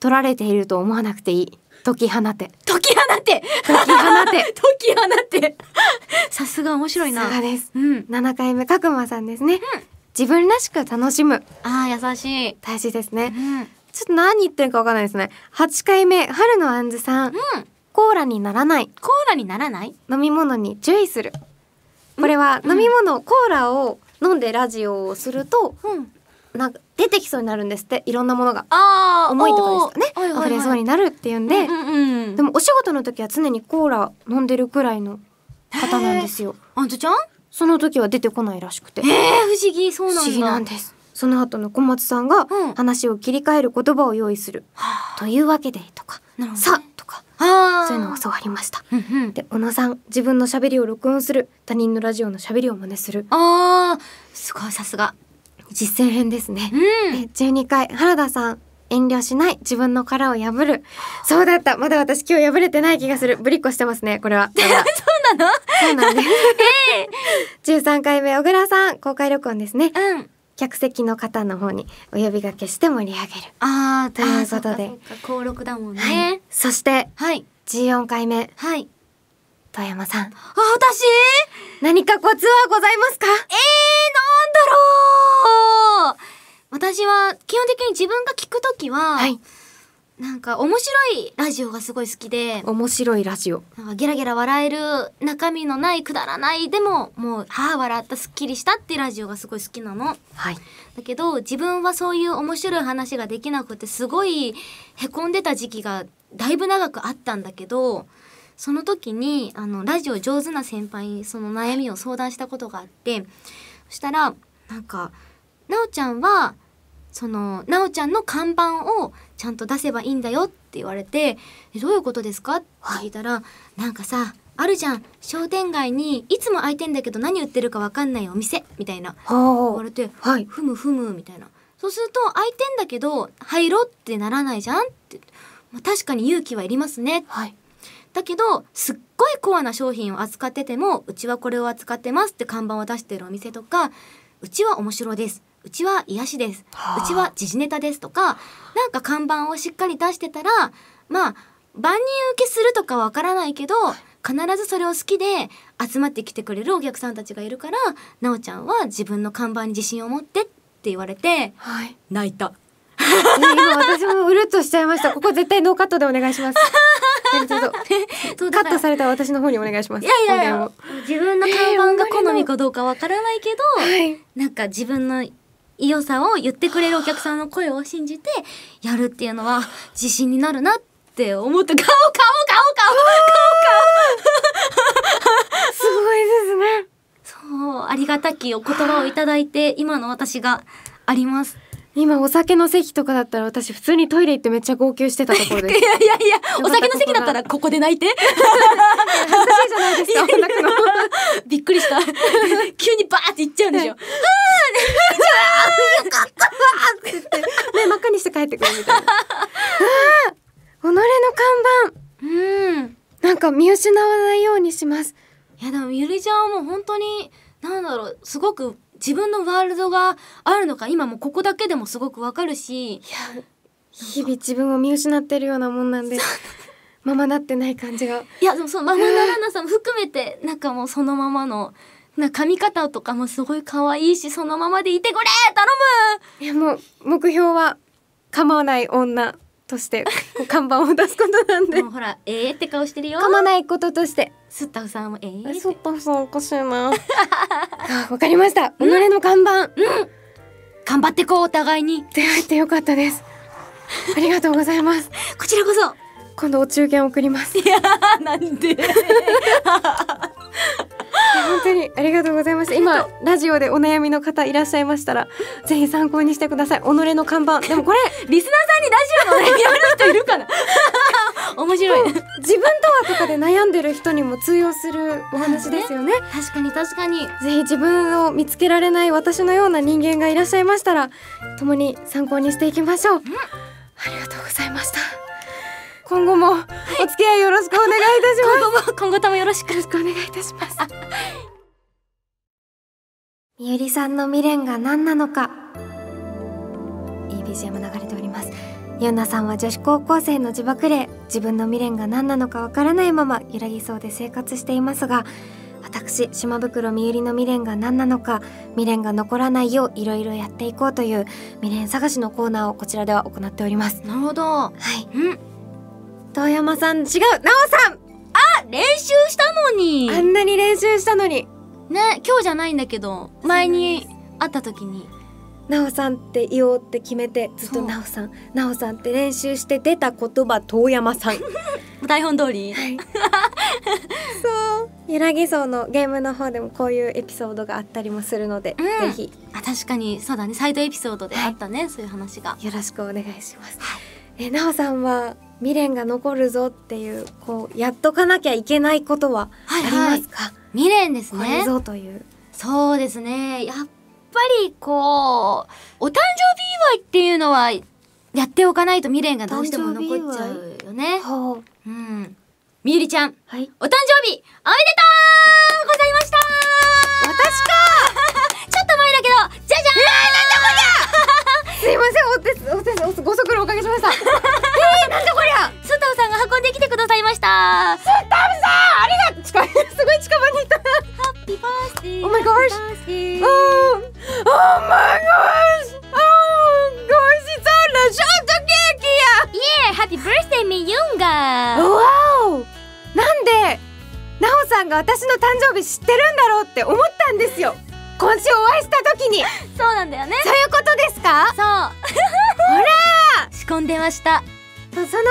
Speaker 1: 取られていると思わなくていい解き放て
Speaker 2: 解き放て
Speaker 1: 解
Speaker 2: [laughs]
Speaker 1: き放て
Speaker 2: 解き放て [laughs] さすが面白い
Speaker 1: さ
Speaker 2: な。
Speaker 1: すがです
Speaker 2: うん。
Speaker 1: 7回目角間さんですね、自分らしく楽しむ
Speaker 2: ああ、優しい。
Speaker 1: 大事ですね、
Speaker 2: うん。
Speaker 1: ちょっと何言ってるかわかんないですね。8回目、春のあんずさん。
Speaker 2: うん。
Speaker 1: コーラにならない。
Speaker 2: コーラにならない
Speaker 1: 飲み物に注意する。これは飲み物、コーラを飲んでラジオをすると、
Speaker 2: うん。
Speaker 1: なんか出てきそうになるんですって。いろんなものが。
Speaker 2: ああ、
Speaker 1: 重いとかですかね。溢れそうに
Speaker 2: な
Speaker 1: なるっていうんで
Speaker 2: で、う。んうんうん、
Speaker 1: でもお仕事の時は常にコーラ飲んでるくらいの方なんですよ。
Speaker 2: あんずちゃん
Speaker 1: その時は出てこないらしくて。
Speaker 2: えー、不思議、そう
Speaker 1: 不
Speaker 2: なんだ。
Speaker 1: 思議なんです。その後の小松さんが
Speaker 2: うん
Speaker 1: 話を切り替える言葉を用意する。
Speaker 2: はあ、
Speaker 1: というわけでとか、
Speaker 2: なるほどね
Speaker 1: さとか、
Speaker 2: あー
Speaker 1: そういうのを教わりました。
Speaker 2: うんうん。
Speaker 1: で小野さん自分の喋りを録音する他人のラジオの喋りを真似する
Speaker 2: ああ、すごい、さすが。
Speaker 1: 実践編ですね
Speaker 2: う、ん。
Speaker 1: で12回原田さん遠慮しない自分の殻を破るそうだったまだ私今日破れてない気がするぶりっこしてますねこれは [laughs]
Speaker 2: そうなの
Speaker 1: そうなんです13回目小倉さん公開録音ですね
Speaker 2: うん。
Speaker 1: 客席の方の方にお呼びがけして盛り上げる
Speaker 2: ああ、という
Speaker 1: そ
Speaker 2: こ
Speaker 1: うか
Speaker 2: と
Speaker 1: そう
Speaker 2: で。登録だもんね。
Speaker 1: そして
Speaker 2: はい。
Speaker 1: 14回目
Speaker 2: はい。
Speaker 1: 遠山さん
Speaker 2: あ、私
Speaker 1: 何かコツはございますか
Speaker 2: えー、なんだろう私は基本的に自分が聞くときは、
Speaker 1: はい
Speaker 2: なんか面白いラジオがすごい好きで、
Speaker 1: 面白いラジオ
Speaker 2: なんかゲラゲラ笑える中身のないくだらないでももう、はあ笑ったすっきりしたっていうラジオがすごい好きなの。
Speaker 1: はい
Speaker 2: だけど自分はそういう面白い話ができなくてすごいへこんでた時期がだいぶ長くあったんだけどその時にあのラジオ上手な先輩にその悩みを相談したことがあってそしたらなんか「なおちゃんはそのなおちゃんの看板をちゃんと出せばいいんだよ」って言われて「えどういうことですか?」って聞いたら、なんかさあるじゃん商店街にいつも開いてんだけど何売ってるかわかんないお店みたいな言
Speaker 1: ほ
Speaker 2: われて
Speaker 1: はい
Speaker 2: ふむふむみたいなそうすると空いてんだけど入ろうってならないじゃんって、まあ、確かに勇気はいりますね
Speaker 1: はい
Speaker 2: だけどすっごいコアな商品を扱っててもうちはこれを扱ってますって看板を出してるお店とかうちは面白ですうちは癒しです
Speaker 1: はあ
Speaker 2: うちは時事ネタですとかなんか看板をしっかり出してたらまあ万人受けするとかわからないけど必ずそれを好きで集まってきてくれるお客さんたちがいるからなおちゃんは自分の看板に自信を持ってって言われて
Speaker 1: はいね
Speaker 2: 泣いた
Speaker 1: 今私もうるっとしちゃいましたここ絶対ノーカットでお願いし [laughs] ますちょっと
Speaker 2: そう
Speaker 1: カッ
Speaker 2: だか
Speaker 1: ト
Speaker 2: ら
Speaker 1: された私の方にお願いします
Speaker 2: いやい
Speaker 1: 今
Speaker 2: やい
Speaker 1: 回
Speaker 2: や
Speaker 1: も
Speaker 2: 自分の看板が好みかどうかわからないけど、
Speaker 1: はい
Speaker 2: なんか自分の良さを言ってくれるお客さんの声を信じてやるっていうのは自信になるなって思って顔顔
Speaker 1: すごいですね
Speaker 2: 顔顔そうありがたきお言葉をいただいて今の私があります
Speaker 1: 今お酒の席とかだったら私普通にトイレ行ってめっちゃ号泣してたところ [laughs] です
Speaker 2: いやいやいや
Speaker 1: お酒の席だったら
Speaker 2: ここで泣いて
Speaker 1: 恥ずかしいじゃないですか音楽の
Speaker 2: びっくりした急にバーっていっちゃうんでしょ
Speaker 1: 目真っ赤にして帰ってくるみたいなあー己の看板
Speaker 2: うん
Speaker 1: なんか見失わないようにします
Speaker 2: いやでもゆりちゃんはもう本当になんだろうすごく自分のワールドがあるのか今もうここだけでもすごくわかるし
Speaker 1: 日々自分を見失ってるようなもんなんでままなってない感じが
Speaker 2: いやでもそのママナラナさんも含めてなんかもうそのままのなんか髪型とかもすごい可愛いしそのままでいてくれ頼
Speaker 1: いやもう目標は構わない女としてこう看板を出すことなん
Speaker 2: む
Speaker 1: で
Speaker 2: もうほらええって顔してるよ
Speaker 1: 構わないこととして
Speaker 2: スッタフさんもええって
Speaker 1: そっぱさんおかしいなあわかりました己の看板
Speaker 2: 頑張ってこうお互いに
Speaker 1: 出会えてよかったですありがとうございます
Speaker 2: こちらこそ
Speaker 1: 今度お中元送ります
Speaker 2: あ [laughs] なんで
Speaker 1: 本当にありがとうございました今ラジオでお悩みの方いらっしゃいましたらぜひ参考にしてください己の看板でもこれ
Speaker 2: リスナーさんにラジオ [laughs] の悩みある人いるかな面白い
Speaker 1: 自分とはとかで悩んでる人にも通用するお話ですよね
Speaker 2: 確かに確かに
Speaker 1: ぜひ自分を見つけられない私のような人間がいらっしゃいましたら共に参考にしていきましょう、ありがとうございました今後もお付き合いよろしくお願いいたします
Speaker 2: 今後も今後ともよろしく
Speaker 1: よろしくお願いいたします。みゆりさんの未練が何なのか。いい BGM 流れております。ゆうなさんは女子高校生の自爆霊、自分の未練が何なのかわからないまま揺らぎそうで生活していますが、私、島袋みゆりの未練が何なのか、未練が残らないよういろいろやっていこうという未練探しのコーナーをこちらでは行っております。
Speaker 2: なるほど
Speaker 1: はい。
Speaker 2: うん
Speaker 1: 遠山さん、違う、なおさん
Speaker 2: あ練習したのに
Speaker 1: あんなに練習したのに、
Speaker 2: ね今日じゃないんだけど前に会った時に
Speaker 1: なおさんって言おうって決めてずっと
Speaker 2: そう
Speaker 1: なおさんなおさんって練習して出た言葉遠山さんは
Speaker 2: 台本通り
Speaker 1: い [laughs] そうゆらぎそうのゲームの方でもこういうエピソードがあったりもするので、
Speaker 2: うん
Speaker 1: ぜ
Speaker 2: あ確かにそうだねサイドエピソードであったね、そういう話が
Speaker 1: ひよろしくお願いします、えなおさんは未練が残るぞっていうこうやっとかなきゃいけないことはあ
Speaker 2: はい
Speaker 1: り
Speaker 2: は
Speaker 1: ま
Speaker 2: い
Speaker 1: すか、
Speaker 2: 未練です
Speaker 1: これ
Speaker 2: ね
Speaker 1: ぞという
Speaker 2: そうですねやっぱりこうお誕生日祝いっていうのはやっておかないと未練がどうしても残っちゃうよね
Speaker 1: ほう
Speaker 2: うんみゆりちゃん
Speaker 1: はい
Speaker 2: お誕生日おめでとうございました私かちょっと前だけどじゃじゃーん
Speaker 1: すいませんお手お手お手ご足労おかけしました
Speaker 2: [laughs]
Speaker 1: えー、なんだこりゃ
Speaker 2: スタフさんが運んできてくださいましたハ
Speaker 1: 近いすごい近場にいた
Speaker 2: ッピーバースデー
Speaker 1: Oh my gosh
Speaker 2: ハッピー
Speaker 1: Oh,
Speaker 2: バースデー
Speaker 1: oh my gosh! Oh, gosh, it's all the shortcake!
Speaker 2: イエーイハッピーバ
Speaker 1: の誕生日知ってるんだろうって思ったんですよ今週お会いした時に
Speaker 2: そうなんだよね
Speaker 1: そういうことですか
Speaker 2: そうほら仕込んでました
Speaker 1: とその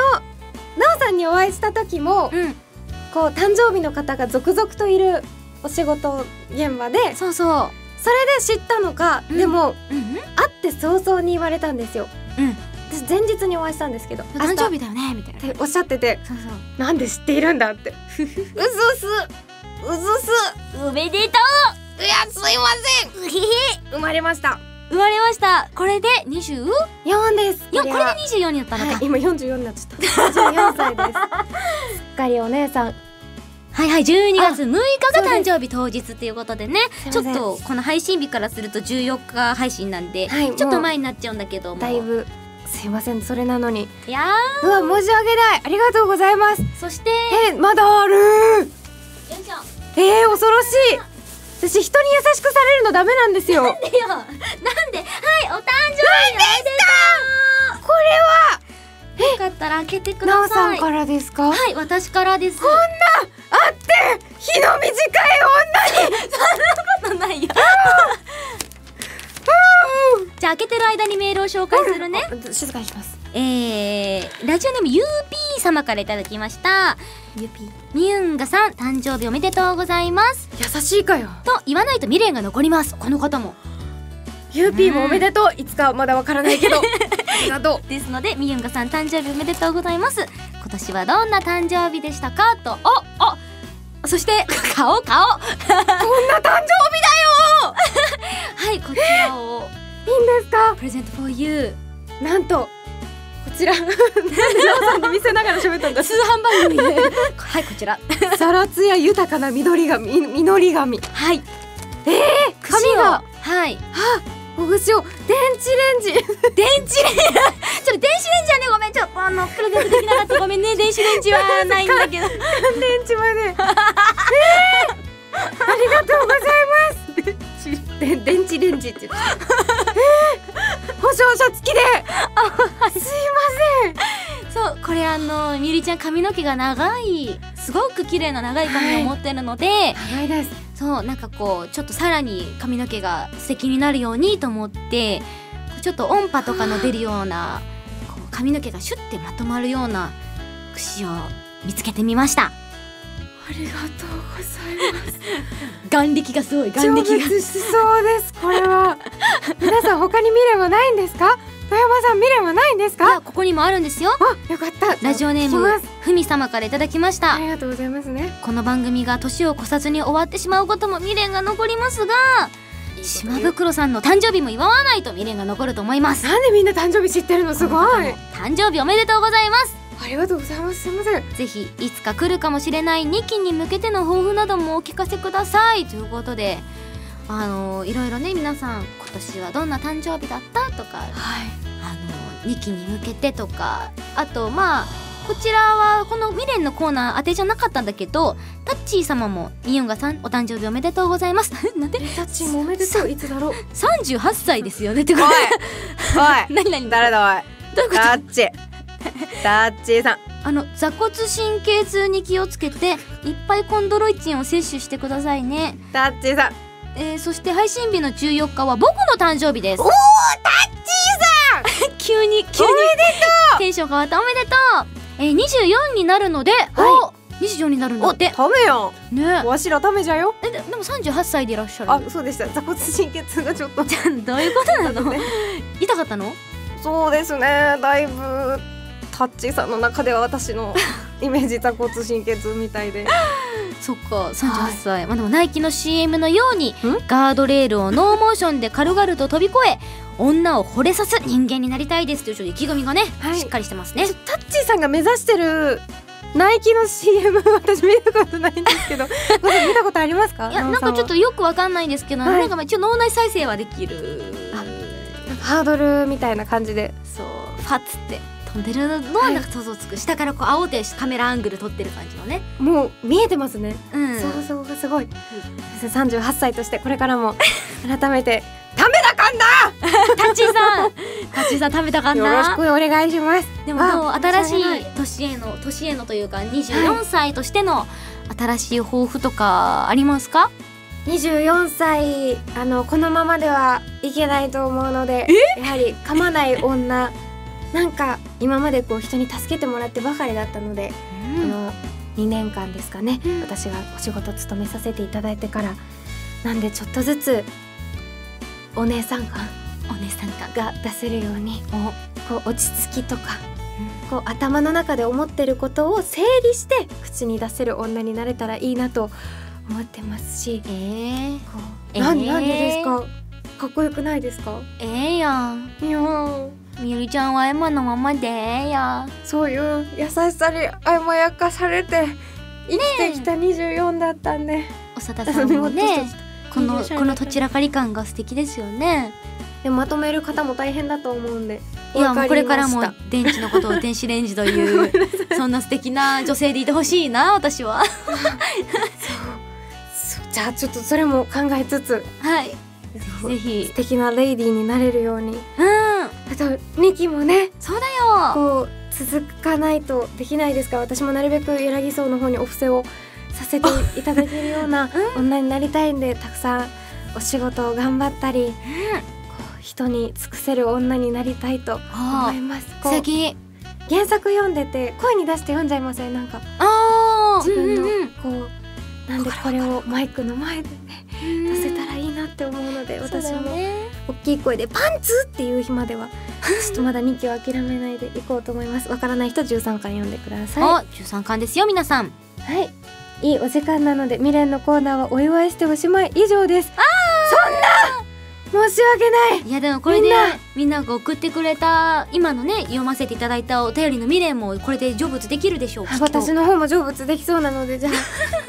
Speaker 1: なおさんにお会いした時も
Speaker 2: うん
Speaker 1: こう誕生日の方が続々といるお仕事現場で
Speaker 2: そうそう
Speaker 1: それで知ったのか、
Speaker 2: うん
Speaker 1: でも
Speaker 2: うん
Speaker 1: 会って早々に言われたんですよ
Speaker 2: うん
Speaker 1: 私前日にお会いしたんですけど
Speaker 2: うん誕生
Speaker 1: 日
Speaker 2: 日だよねみたいな
Speaker 1: っておっしゃってて
Speaker 2: そうそ
Speaker 1: なんで知っているんだってうずうすうずうす
Speaker 2: うおめでと
Speaker 1: いやすいません
Speaker 2: ううひひ
Speaker 1: 生まれました
Speaker 2: [laughs] 生まれましたこれで 20?
Speaker 1: 四です
Speaker 2: いやこれで
Speaker 1: は
Speaker 2: 24になったの
Speaker 1: は
Speaker 2: か、
Speaker 1: い、今44になっちゃった44歳
Speaker 2: [laughs]
Speaker 1: ですすっかりお姉さん
Speaker 2: はいはい12
Speaker 1: あ
Speaker 2: 月6日が誕生日当日ということでね
Speaker 1: す
Speaker 2: ちょ
Speaker 1: いませ
Speaker 2: っ
Speaker 1: ん
Speaker 2: とこの配信日からすると14日配信なんで、
Speaker 1: はい
Speaker 2: ちょっ
Speaker 1: も
Speaker 2: と
Speaker 1: う
Speaker 2: 前になっちゃうんだけども
Speaker 1: だいぶすいませんそれなのに
Speaker 2: いや
Speaker 1: うわ申し訳ないありがとうございます
Speaker 2: ーそして
Speaker 1: えまだある
Speaker 2: よいしょ
Speaker 1: えー、恐ろしい私人に優しくされるのダメなんですよこれ
Speaker 2: でよ [laughs] なんではいお誕生
Speaker 1: は
Speaker 2: 日おめでとうよかったら開けてく
Speaker 1: な
Speaker 2: だ
Speaker 1: おさ
Speaker 2: さ
Speaker 1: ん
Speaker 2: い
Speaker 1: からですか
Speaker 2: はい私からですそ
Speaker 1: あって日の短い女に
Speaker 2: んなことないよじゃあ開けてる間にメールを紹介するね
Speaker 1: あ静かにします
Speaker 2: えー、ラジオネーム UP 様からいただきました
Speaker 1: ゆぴ
Speaker 2: みゆんがさん誕生日おめでとうございます
Speaker 1: 優しいかよ
Speaker 2: と言わないと未練が残りますこの方も
Speaker 1: ゆーぴーもおめでとういつかはまだわからないけ
Speaker 2: [laughs]
Speaker 1: どありがとう
Speaker 2: ですのでみゆんがさん誕生日おめでとうございます今年はどんな誕生日でしたかとおおそして顔顔は
Speaker 1: こんな誕生
Speaker 2: いこ
Speaker 1: 日
Speaker 2: ちらを
Speaker 1: だよいいんですか
Speaker 2: プレゼント for you
Speaker 1: なんとこちらなんでなおさんに見せながら喋ったんだ通販番組で
Speaker 2: はいこ
Speaker 1: [laughs]
Speaker 2: ちら
Speaker 1: さらつや豊かな緑がみ実り神
Speaker 2: はい
Speaker 1: え髪が
Speaker 2: はい
Speaker 1: ほぐしを電池レンジ
Speaker 2: 電池レンジちょっと電子レンジはねごめんちょっとあのプレゼントできなかったごめんね電子レンジはないんだけど
Speaker 1: 電池までえー、ありがとうございます電池電池レンジって言ってたえー、保証書付きですいま
Speaker 2: そうこれあのみゆりちゃん髪の毛が長いすごく綺麗な長い髪を持ってるので、
Speaker 1: せん長いです
Speaker 2: そうなんかこうちょっとさらに髪の毛が素敵になるようにと思ってこうちょっと音波とかの出るようなこう髪の毛がシュッてまとまるような櫛を見つけてみました
Speaker 1: ありがとうございます
Speaker 2: 眼力がすごい
Speaker 1: 超滅しそうですこれは皆さん他に見ればないんですか富山さん見ればないんです
Speaker 2: いや
Speaker 1: か
Speaker 2: ここにもあるんですよ
Speaker 1: あよかった
Speaker 2: ラジオネーム
Speaker 1: 聞きます
Speaker 2: ふみ様からいただきました
Speaker 1: ありがとうございますね
Speaker 2: この番組が年を越さずに終わってしまうことも未練が残りますが島袋さんの誕生日も祝わないと未練が残ると思います
Speaker 1: なんでみんな誕生日知ってるのすごいあ
Speaker 2: 誕生日おめでとうございます
Speaker 1: りがとうございますすいません
Speaker 2: ぜひいつか来るかもしれない2期に向けての抱負などもお聞かせくださいということであのいろいろね皆さん今年はどんな誕生日だったとか
Speaker 1: はい
Speaker 2: あの2期に向けてとかあとまあこちらはこの未練のコーナー当てじゃなかったんだけどタッチー様もみゆんがさんお誕生日おめでとうございます [laughs] なんで
Speaker 1: タッチもおめでとういつだろう
Speaker 2: 38歳ですよねってこ
Speaker 1: おいおい
Speaker 2: 何何
Speaker 1: 誰だ
Speaker 2: どういう
Speaker 1: お
Speaker 2: こ
Speaker 1: い
Speaker 2: と
Speaker 1: タッチタッチさん
Speaker 2: あの座骨神経痛に気をつけていっぱいコンドロイチンを摂取してくださいね
Speaker 1: タッチさん
Speaker 2: えー、そして配信日の14日は僕の誕生日です
Speaker 1: おータッチ
Speaker 2: [laughs] 急に急にテンション変わったおめでとう、えー、24になるので、お24になるんだ
Speaker 1: お
Speaker 2: ってね
Speaker 1: タメやん
Speaker 2: え
Speaker 1: わしらタメじゃよ
Speaker 2: ででも38歳でいらっしゃる [laughs]
Speaker 1: あそうでした座骨神経痛がちょっ [laughs] と
Speaker 2: じゃあどういうことなの痛かったの
Speaker 1: そうですねだいぶタッチさんの中では私 [laughs] のイメージ座骨神経痛みたいで
Speaker 2: そっか38歳、まあ、でもナイキの CM のように
Speaker 1: ん
Speaker 2: ガードレールをノーモーションで軽々と飛び越え女を惚れさす人間になりたいですというちょっと意気込みがね、
Speaker 1: はい
Speaker 2: しっかりしてますね
Speaker 1: タッチさんが目指してるナイキの CM 私見たことないんです [laughs] けどごめん見たことありますか
Speaker 2: いやなん
Speaker 1: 奈緒さ
Speaker 2: か
Speaker 1: は
Speaker 2: ちょっとよくわかんないんですけど、
Speaker 1: はい
Speaker 2: なんかまあ一応脳内再生はできる
Speaker 1: あなんかハードルみたいな感じで
Speaker 2: そうファッつって飛んでるのはなんか想像つく、下からこう青でカメラアングル撮ってる感じのね
Speaker 1: もう見えてますね、
Speaker 2: うん
Speaker 1: そこそこがすごい、38歳としてこれからも [laughs] 改めてタメだかんだ
Speaker 2: タッチーさんタッチーさん食べたかっ
Speaker 1: よろしくお
Speaker 2: た
Speaker 1: 願いします
Speaker 2: でももう
Speaker 1: あ
Speaker 2: 新し
Speaker 1: 申し訳ない
Speaker 2: い年への年へのというか24歳としての、新しい抱負とかありますか
Speaker 1: 24歳あのこのままではいけないと思うのでやはり噛まない女なんか今までこう人に助けてもらってばかりだったので、あの2年間ですかね、
Speaker 2: うん
Speaker 1: 私がお仕事務めさせていただいてからなんでちょっとずつお姉さん感
Speaker 2: お姉さんか
Speaker 1: が出せるように
Speaker 2: お
Speaker 1: こう落ち着きとか、こう頭の中で思ってることを整理して口に出せる女になれたらいいなと思ってますし
Speaker 2: えー、
Speaker 1: こう
Speaker 2: えー
Speaker 1: なんなんでですかかっこよくないですか
Speaker 2: ええやん
Speaker 1: いやー
Speaker 2: みゆりちゃんは今のままでええやん
Speaker 1: そういう優しさに甘やかされて生きてきた24だったんで、
Speaker 2: 長田さんも
Speaker 1: [laughs] もっ
Speaker 2: ね
Speaker 1: と一つ
Speaker 2: この
Speaker 1: 二十歳
Speaker 2: このとちらかり感が素敵ですよね
Speaker 1: でもまとめる方も大変だと思うんで
Speaker 2: いや
Speaker 1: わ
Speaker 2: もう
Speaker 1: か
Speaker 2: これ
Speaker 1: りま
Speaker 2: から
Speaker 1: し
Speaker 2: も
Speaker 1: た
Speaker 2: 電池のことを電子レンジという
Speaker 1: [laughs]
Speaker 2: そんな素敵な女性でいてほしいな私は
Speaker 1: そうじゃあちょっとそれも考えつつ
Speaker 2: はいぜひ
Speaker 1: 素敵なレイディーになれるように
Speaker 2: うん
Speaker 1: あと2期もね
Speaker 2: そうだよ
Speaker 1: こう続かないとできないですから私もなるべく柳荘の方にお布施をさせていただけるような女になりたいんでたくさんお仕事を頑張ったり、こう人に尽くせる女になりたいと思
Speaker 2: あ
Speaker 1: います。
Speaker 2: あ
Speaker 1: こう
Speaker 2: 素敵
Speaker 1: 原作読んでて声に出して読んじゃいませんなんか
Speaker 2: ああ
Speaker 1: 自分の
Speaker 2: うんうんうん
Speaker 1: こうなんでこれをマイクの前でね出せたらいいなって思うので
Speaker 2: そうだ
Speaker 1: 私
Speaker 2: よ
Speaker 1: も
Speaker 2: ね
Speaker 1: 大きい声で「パンツ!」っていう日まではちょっとまだ2期を諦めないでいこうと思いますわからない人13巻読んでください
Speaker 2: お十三巻ですよ皆さん
Speaker 1: はいいいお時間なので未練のコーナーはお祝いしておしまい以上ですそんな申し訳ない
Speaker 2: いやでもこれで
Speaker 1: みんな
Speaker 2: みんなが送ってくれた今のね読ませていただいたお便りの未練もこれで成仏できるでしょうきっと
Speaker 1: 私の方も成仏できそうなのでじゃ [laughs]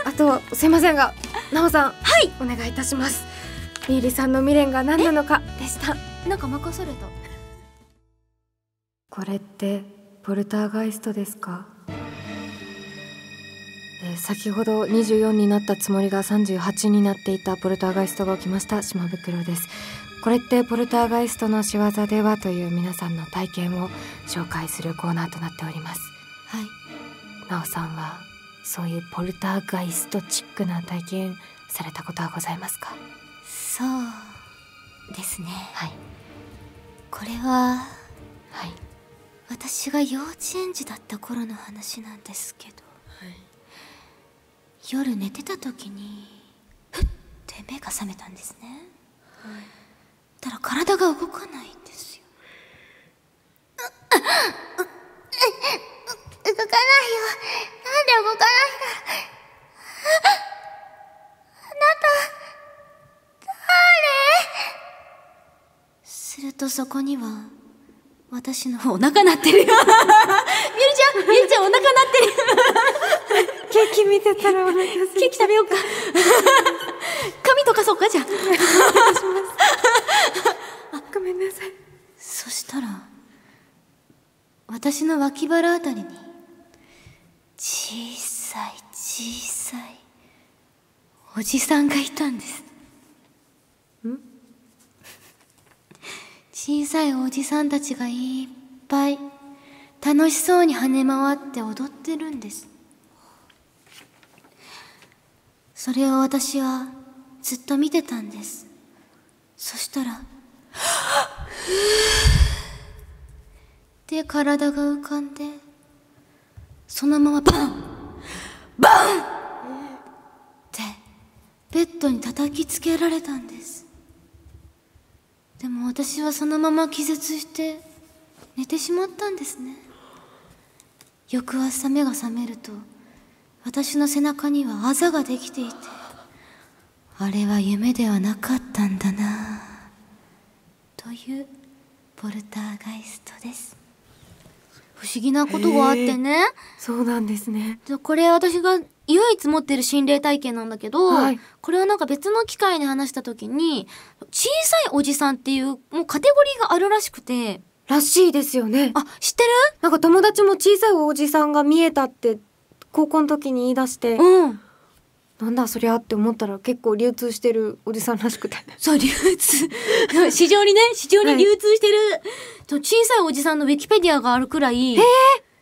Speaker 1: ああとはすいませんがなおさんはいお願いいたしますみゆりさんの未練が何なのかでした
Speaker 2: なんか任された
Speaker 1: これってポルターガイストですか、えー先ほど24になったつもりが38になっていたポルターガイストが起きました島袋ですこれってポルターガイストの仕業ではという皆さんの体験を紹介するコーナーとなっております
Speaker 2: はい
Speaker 1: なおさんはそういうポルターガイストチックな体験されたことはございますか
Speaker 2: そうですね
Speaker 1: はい
Speaker 2: これは
Speaker 1: はい
Speaker 2: 私が幼稚園児だった頃の話なんですけど、夜寝てた時にふって目が覚めたんですね、たら体が動かないんですよ動かないよなんで動かないんだするとそこには私のお腹鳴ってるよ [laughs] みゆりちゃんみゆりちゃんお腹鳴ってる [laughs] よ
Speaker 1: ケーキ見てたらお腹すい [laughs]
Speaker 2: ケーキ食べようか [laughs] 髪とかそうかじゃあ
Speaker 1: ごめんなさい
Speaker 2: そしたら私の脇腹あたりに小さい小さいおじさんがいたんです [laughs] 小さいおじさんたちがいっぱい楽しそうに跳ね回って踊ってるんですそれを私はずっと見てたんですそしたらで体が浮かんでそのままバンバンってベッドに叩きつけられたんですでも私はそのまま気絶して寝てしまったんですね翌朝目が覚めると私の背中にはあざができていてあれは夢ではなかったんだなというポルターガイストです不思議なことがあってね、
Speaker 1: そうなんですね
Speaker 2: じゃあこれ私が唯一持ってる心霊体験なんだけど、
Speaker 1: はい
Speaker 2: これはなんか別の機会に話した時に小さいおじさんっていうもうカテゴリーがあるらしくて
Speaker 1: らしいですよね
Speaker 2: あ知って
Speaker 1: なんか友達も小さいおじさんが見えたって高校の時に言い出して、
Speaker 2: るうん
Speaker 1: なんだそりゃって思ったら結構流通してるおじさんらし
Speaker 2: [laughs]
Speaker 1: くて
Speaker 2: そう流通 [laughs] 市場にね市場に流通してる、そう小さいおじさんのウィキペディアがあるくらい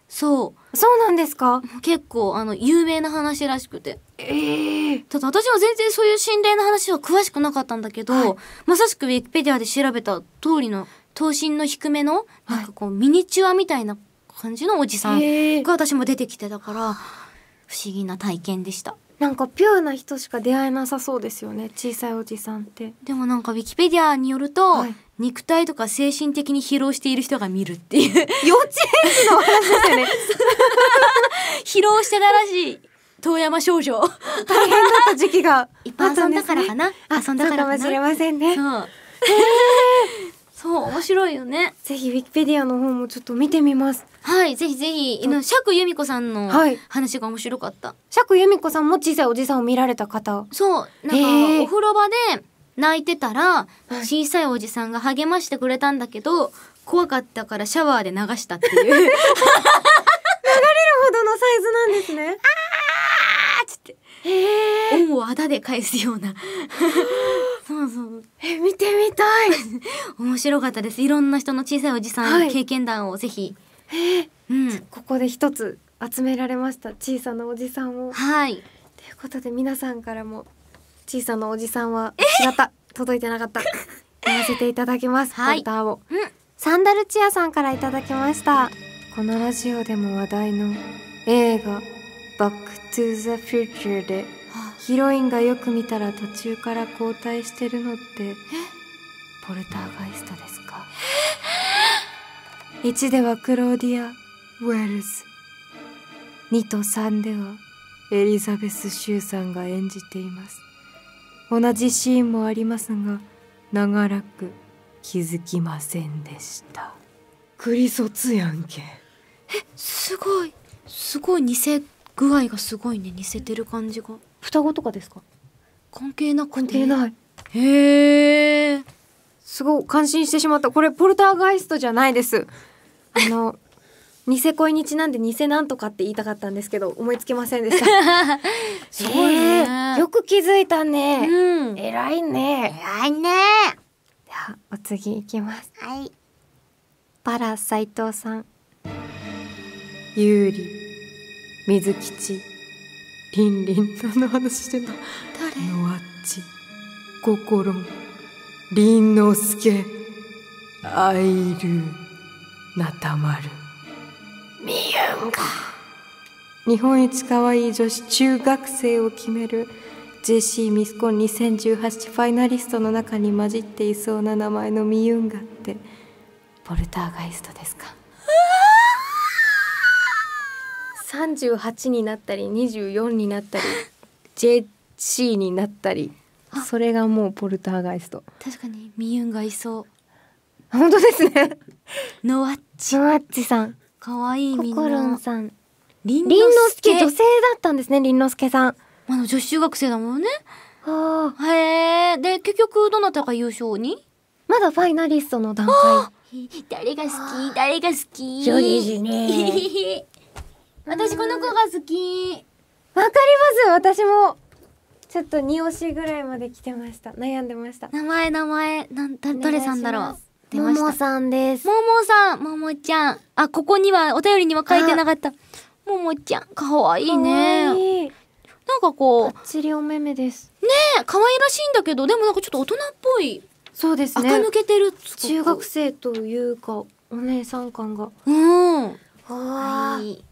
Speaker 2: そう
Speaker 1: そうなんですか
Speaker 2: 結構あの有名な話らしくて
Speaker 1: えええ
Speaker 2: ただ私は全然そういう心霊の話は詳しくなかったんだけど、
Speaker 1: はい
Speaker 2: まさしくウィキペディアで調べた通りの頭身の低めの
Speaker 1: い
Speaker 2: なんかこうミニチュアみたいな感じのおじさんが
Speaker 1: ええ
Speaker 2: 私も出てきてたから不思議な体験でした。
Speaker 1: なんかピュアな人しか出会えなさそうですよね小さいおじさんっ
Speaker 2: [laughs]
Speaker 1: て
Speaker 2: でもなんかウィキペディアによると、
Speaker 1: はい
Speaker 2: 肉体とか精神的に疲労している人が見るっていう [laughs]
Speaker 1: 幼稚園児のお話ですよ [laughs] ね
Speaker 2: 疲労してたらしい遠山少女
Speaker 1: 大変だった時期が
Speaker 2: いっぱい遊んだからかな、
Speaker 1: あった
Speaker 2: 遊ん
Speaker 1: ん
Speaker 2: だ
Speaker 1: ですね、そうか
Speaker 2: からか
Speaker 1: も
Speaker 2: な
Speaker 1: しれませんね
Speaker 2: そう。そう、面白いよね。
Speaker 1: ぜひウィキペディアの方もちょっと見てみます
Speaker 2: はい、ぜひぜひ、あの釈由美子さんの
Speaker 1: はい
Speaker 2: 話が面白かった。
Speaker 1: 釈由美子さんも小さいおじさんを見られた方
Speaker 2: そう、なんか、
Speaker 1: へー
Speaker 2: お風呂場で泣いてたら、
Speaker 1: い
Speaker 2: 小さいおじさんが励ましてくれたんだけど、怖かったからシャワーで流したっていう。
Speaker 1: ほどのサイズなんですね
Speaker 2: あーっつって、恩をあだで返すよ
Speaker 1: [laughs]
Speaker 2: うな。そうそう。
Speaker 1: え見てみたい
Speaker 2: 面白かったです。いろんな人の小さいおじさん、
Speaker 1: はい
Speaker 2: 経験談をぜひ。
Speaker 1: えー
Speaker 2: うん。
Speaker 1: ここで一つ集められました小さなおじさんを
Speaker 2: はい。
Speaker 1: ということで皆さんからも小さなおじさんは違った届いてなか [laughs] った言わせていただきます
Speaker 2: はい
Speaker 1: ポッターを、
Speaker 2: うん
Speaker 1: サンダルチアさんからいただきましたこのラジオでも話題の映画バックトゥザフューチャーでヒロインがよく見たら途中から交代してるのってポルターガイストですか1では [laughs] クローディア・ウェルズ2と3ではエリザベス・シューさんが演じています同じシーンもありますが長らく気づきませんでしたクリソツやんけ
Speaker 2: すごいすごい似せ具合がすごいね似せてる感じが
Speaker 1: 双子とかですか
Speaker 2: 関係なくて
Speaker 1: 関係ない
Speaker 2: いへえ
Speaker 1: すごい感心してしまったこれポルターガイストじゃないですあ [laughs] の偽恋にちなんで偽なんとかって言いたかったんですけど思いつきませんでした [laughs]
Speaker 2: すごいね
Speaker 1: えーよく気づいたね、
Speaker 2: うん
Speaker 1: 偉いね
Speaker 3: 偉いね
Speaker 1: ではお次いきます
Speaker 3: はい
Speaker 1: パラ斉藤さん有利水吉リンリン何の話してんだ
Speaker 2: 誰
Speaker 1: ノアッチココロンリンノスケアイルナタマルミユンガ日本一可愛い女子中学生を決める JC ミスコン2018ファイナリストの中に混じっていそうな名前のミユンガってポルターガイストですか38になったり24にな [laughs] ったり JC になったりそれがもうポルターガイスト
Speaker 2: 確かにミユンがいそ
Speaker 1: 本当です [laughs] ね
Speaker 2: うノアッチ
Speaker 1: シュワッチさん
Speaker 2: かわいいみん
Speaker 1: コ
Speaker 2: な
Speaker 1: コロンさん
Speaker 2: りん
Speaker 1: リン
Speaker 2: の
Speaker 1: ノ
Speaker 2: す
Speaker 1: ス
Speaker 2: け
Speaker 1: ケ女性だったんですねリンノスケさん
Speaker 2: あの女子中学生だもんね
Speaker 1: はあ
Speaker 2: へえで結局どなたが優勝に
Speaker 1: まだファイナリストの段階
Speaker 2: 誰が好き誰が好き
Speaker 1: そうですね
Speaker 2: [laughs] 私この子が好き
Speaker 1: わかります私もちょっと2押しぐらいまで来てました悩んでました
Speaker 2: 名前名前なんだどれさんだろう出
Speaker 1: も
Speaker 2: ました
Speaker 1: もさんです
Speaker 2: ももさん、ももちゃん。あ、ここにはお便りには書いてなかった。ももちゃん、かわいいね。
Speaker 1: かわいい
Speaker 2: なんかこう、ね
Speaker 1: ばっ、ちりお目目です
Speaker 2: 可愛らしいんだけど、でもなんかちょっと大人っぽい。
Speaker 1: そうです
Speaker 2: 垢抜けてる。すごく
Speaker 1: 中学生というかお姉さん感が
Speaker 2: うん。
Speaker 1: は
Speaker 2: はいい。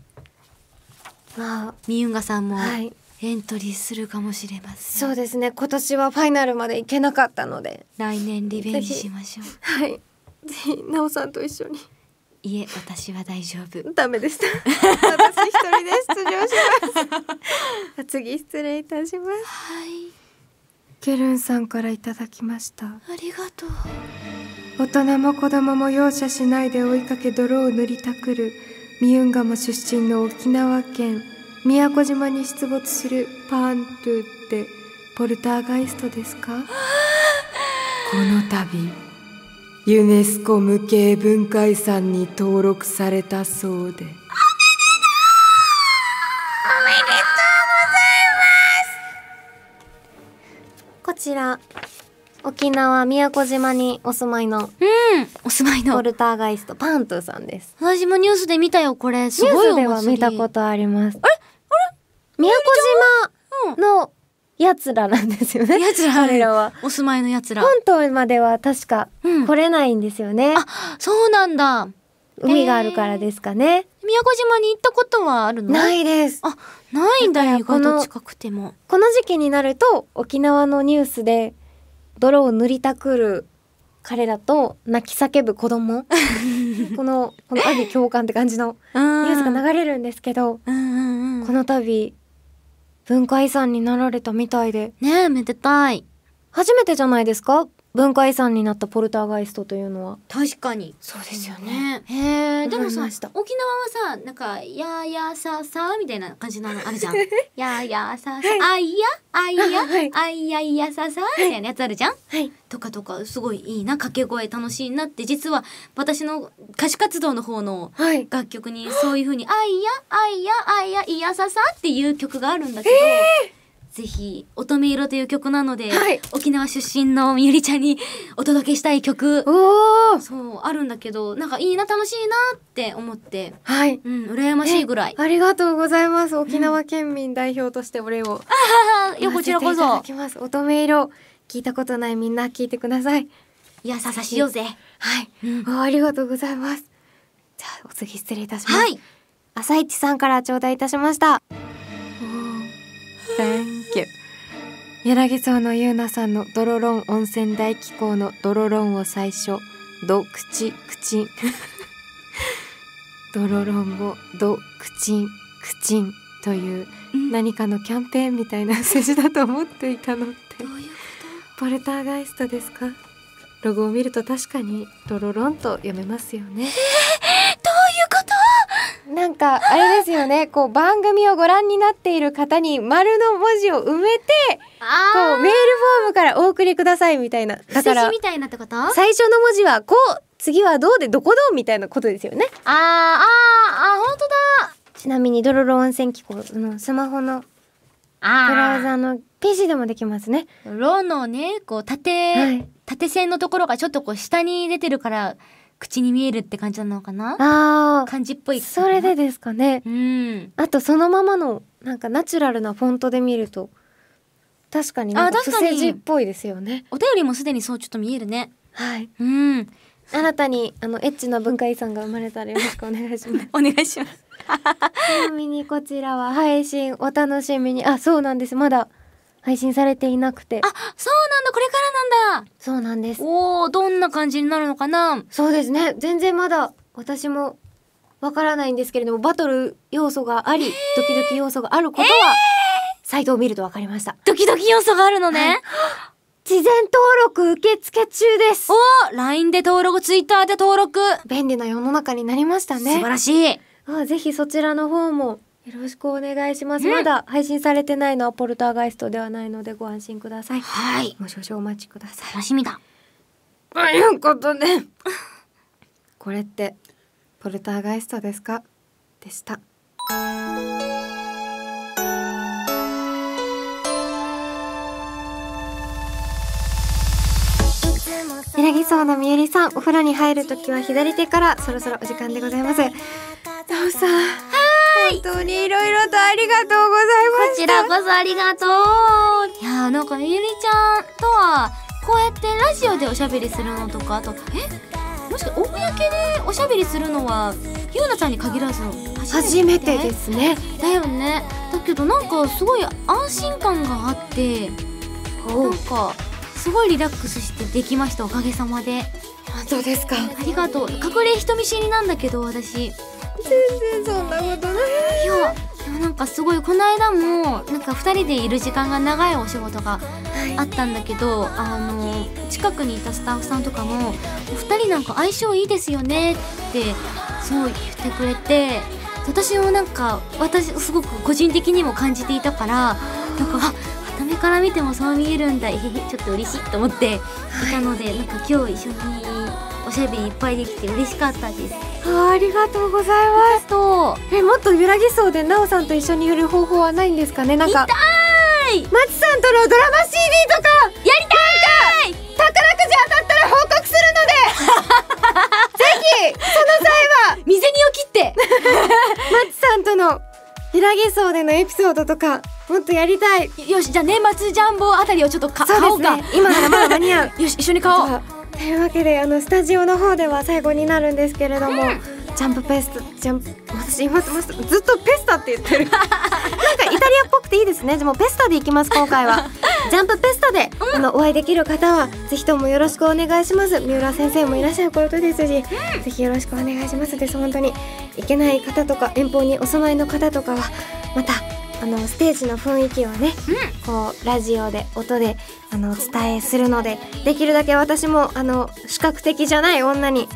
Speaker 1: ま
Speaker 2: みゆんがさん
Speaker 1: あ
Speaker 2: も
Speaker 1: はい
Speaker 2: エントリーするかもしれません。
Speaker 1: そうですね今年はファイナルまで行けなかったので
Speaker 2: 来年リベンジし
Speaker 1: [laughs]
Speaker 2: ましょう。
Speaker 1: はいぜひ奈緒さんと一緒に
Speaker 2: いえ、私は大丈夫。
Speaker 1: ダメでした私一人で出場し [laughs] ます次失礼いたします
Speaker 2: はい。
Speaker 1: ケルンさんからいただきました
Speaker 2: ありがとう。
Speaker 1: 大人も子供も容赦しないで追いかけ泥を塗りたくるミユンガモ出身の沖縄県宮古島に出没するパーントゥってポルターガイストですか [gasps] この度ユネスコ無形文化遺産に登録されたそうでこちら沖縄宮古島にお住まいの
Speaker 2: うん。お住まい
Speaker 1: ポ
Speaker 2: の。
Speaker 1: ルターガイストパントゥさんです
Speaker 2: 私もニュースで見たよ、これ。す
Speaker 1: ニュ
Speaker 2: ごい
Speaker 1: ース
Speaker 2: お祭り
Speaker 1: では見たことありますあれあれ宮古島のやつらなんですよね。
Speaker 2: やつら
Speaker 1: 彼らは。
Speaker 2: お住まいのやつら。
Speaker 1: 本島までは確か
Speaker 2: うん
Speaker 1: 来れないんですよね。
Speaker 2: あ、そうなんだ。
Speaker 1: 海があるからですかね。
Speaker 2: 宮古島に行ったことはあるの。
Speaker 1: ないいです。
Speaker 2: あ、ないんだよ。意
Speaker 1: だからこ
Speaker 2: 外
Speaker 1: の
Speaker 2: と近くても。
Speaker 1: この時期になると沖縄のニュースで泥を塗りたくる彼らと泣き叫ぶ子
Speaker 2: [laughs]
Speaker 1: 供このこの阿鼻共感って感じの
Speaker 2: うん。
Speaker 1: ニュースが流れるんですけど、
Speaker 2: うんうんう
Speaker 1: こ
Speaker 2: ん。
Speaker 1: の度文化遺産になられたみたいで
Speaker 2: ねえ、めでたい。
Speaker 1: 初めてじゃないですか文化遺産になったポルターガイストというのは
Speaker 2: 確かに。
Speaker 1: そうで
Speaker 2: ですよね。へえ、でもさ、沖縄はさ、なんか、やーやーさーさーみたいな感じなのあ
Speaker 1: [laughs]
Speaker 2: るじゃん。やーやーさーさー、あいや、あいや
Speaker 1: あはい、
Speaker 2: あいやいやさーさーみたいなやつあるじゃん。
Speaker 1: はい
Speaker 2: とかとか、すごいいいな、掛け声楽しいなって、実は私の歌手活動の方の
Speaker 1: はい
Speaker 2: 楽曲にそういう風に「あいやあいやあいやいやささ」っていう曲があるんだけど、ぜひ「乙女色」という曲なので、
Speaker 1: はい
Speaker 2: 沖縄出身のみゆりちゃんにお届けしたい曲
Speaker 1: おお
Speaker 2: そうあるんだけどなんかいいな楽しいなって思って
Speaker 1: はい
Speaker 2: うん羨ましいぐらい。
Speaker 1: ありがとうございます沖縄県民代表としてお礼を
Speaker 2: あいやこちらこ
Speaker 1: 言わ
Speaker 2: そ
Speaker 1: せていただきます乙女色聞いたことないみんな聞いてください
Speaker 2: 「いやささしようぜ
Speaker 1: はい、」
Speaker 2: うん
Speaker 1: おありがとうございますじゃあお次失礼いたします、
Speaker 2: はい
Speaker 1: 朝一さんから頂戴いたしましたおー Thank you 柳沢のゆうなさんのドロロン温泉大気候のドロロンを最初ドクチクチン [laughs] ドロロンをドクチンクチンという
Speaker 2: うん
Speaker 1: 何かのキャンペーンみたいな数字だと思っていたのって
Speaker 2: どういうこ
Speaker 1: ポルターガイストですかロゴを見ると確かにドロロンと読めますよねなんかあれですよねこう番組をご覧になっている方に丸の文字を埋めて
Speaker 2: とあ
Speaker 1: こうメール
Speaker 2: ー
Speaker 1: フォームからお送りくださいみたいなだか
Speaker 2: 伏せ
Speaker 1: ら
Speaker 2: 字みたいなってことあー
Speaker 1: 最初の文字はこう次はどうでどこどうみたいなことですよね
Speaker 2: あーあーほんとだ
Speaker 1: ちなみにドロロン温泉機構のスマホのブラウ
Speaker 2: あ
Speaker 1: ザーの PC でもできますね
Speaker 2: ーロのねこう縦、
Speaker 1: はい
Speaker 2: 縦線のところがちょっとこう下に出てるから口に見えるって感じなのかな
Speaker 1: ああ
Speaker 2: 漢字っぽい
Speaker 1: それでですかね
Speaker 2: うん
Speaker 1: あとそのままのなんかナチュラルなフォントで見ると確かになんか
Speaker 2: あ確
Speaker 1: 不
Speaker 2: かに
Speaker 1: 正字っぽいですよね。
Speaker 2: お便りもすでにそうちょっと見えるね
Speaker 1: はい。
Speaker 2: うん
Speaker 1: 新たにあのエッチな文化遺産が生まれたらよろしくお願いし
Speaker 2: [laughs]
Speaker 1: ます。
Speaker 2: お願いします
Speaker 1: ちなみにこちらは配信お楽しみにあそうなんですまだ配信されていなくて
Speaker 2: あそうなんだこれからなんだ
Speaker 1: そうなんです。
Speaker 2: おーどんな感じになるのかな
Speaker 1: そうですね全然まだ私もわからないんですけれどもバトル要素がありドキドキ要素があることはサイトを見るとわかりました。
Speaker 2: ドキドキ要素があるのね、
Speaker 1: 事前登録受付中です。
Speaker 2: おー LINE で登録 Twitter で登録、
Speaker 1: 便利な世の中になりました
Speaker 2: 素晴
Speaker 1: ね。
Speaker 2: らしい
Speaker 1: あぜひそちらの方もよろしくお願いします。
Speaker 2: うん
Speaker 1: まだ配信されてないのはポルターガイストではないのでご安心ください。
Speaker 2: はい
Speaker 1: もう少々お待ちください。
Speaker 2: 楽しみだ
Speaker 1: ということで、これってポルターガイストですかでした。柳沢のみゆりさん、お風呂に入るときは左手からそろそろお時間でございます。なおさん、本当にいろいろとありがとうございま
Speaker 2: こ
Speaker 1: し
Speaker 2: ち
Speaker 1: た。
Speaker 2: らこそありがとういやーなんかゆりちゃんとはこうやってラジオでおしゃべりするのとかあとえもしか公でおしゃべりするのはゆうなちゃんに限らず
Speaker 1: 初めてですね。
Speaker 2: だよねだけどなんかすごい安心感があってなんかすごいリラックスしてできましたおかげさまで
Speaker 1: 本当ですか。
Speaker 2: ありがとう隠れ人見知りなんだけど私
Speaker 1: 全然そんなことない。
Speaker 2: いやでもなんかすごいこの間もなんか2人でいる時間が長いお仕事があったんだけど、あの近くにいたスタッフさんとかも「お二人なんか相性いいですよね」ってそう言ってくれて私もなんか私すごく個人的にも感じていたからなんかあはためから見てもそう見えるんだえへへちょっと嬉しいと思っていたので、なんか今日一緒におしゃべりいっぱいできて嬉しかったです。
Speaker 1: あーありがとうございます。
Speaker 2: あと
Speaker 1: えもっと揺らぎそうでなおさんと一緒にいる方法はないんですかねなんか
Speaker 2: 痛い
Speaker 1: マチさんとのドラマ CD とかやりたいなんか宝くじ当たったら報告するのでぜひその際は
Speaker 2: 身
Speaker 1: [laughs]
Speaker 2: 銭を切って
Speaker 1: マチさんとの揺らぎそうでのエピソードとかもっとやりたい
Speaker 4: よしじゃあ年末ジャンボあたりをちょっとか、買お
Speaker 1: そう
Speaker 4: う
Speaker 1: です
Speaker 4: か
Speaker 1: ね今ならまだ間に合う
Speaker 4: よし一緒に買おう
Speaker 1: そうというわけであのスタジオの方では最後になるんですけれども、ジャンプペストジャンプ私今ずっとペスタって言 [laughs] ってるなんかイタリアっぽくていいですねじゃあもうペスタでいきます今回 [laughs] はジャンプペスタで、あのお会いできる方はぜひともよろしくお願いします三浦先生もいらっしゃることですし、ぜひよろしくお願いしますです本当に行けない方とか遠方にお住まいの方とかはまたあのステージの雰囲気をね、こうラジオで音であのお伝えするのでできるだけ私もあの視覚的じゃない女に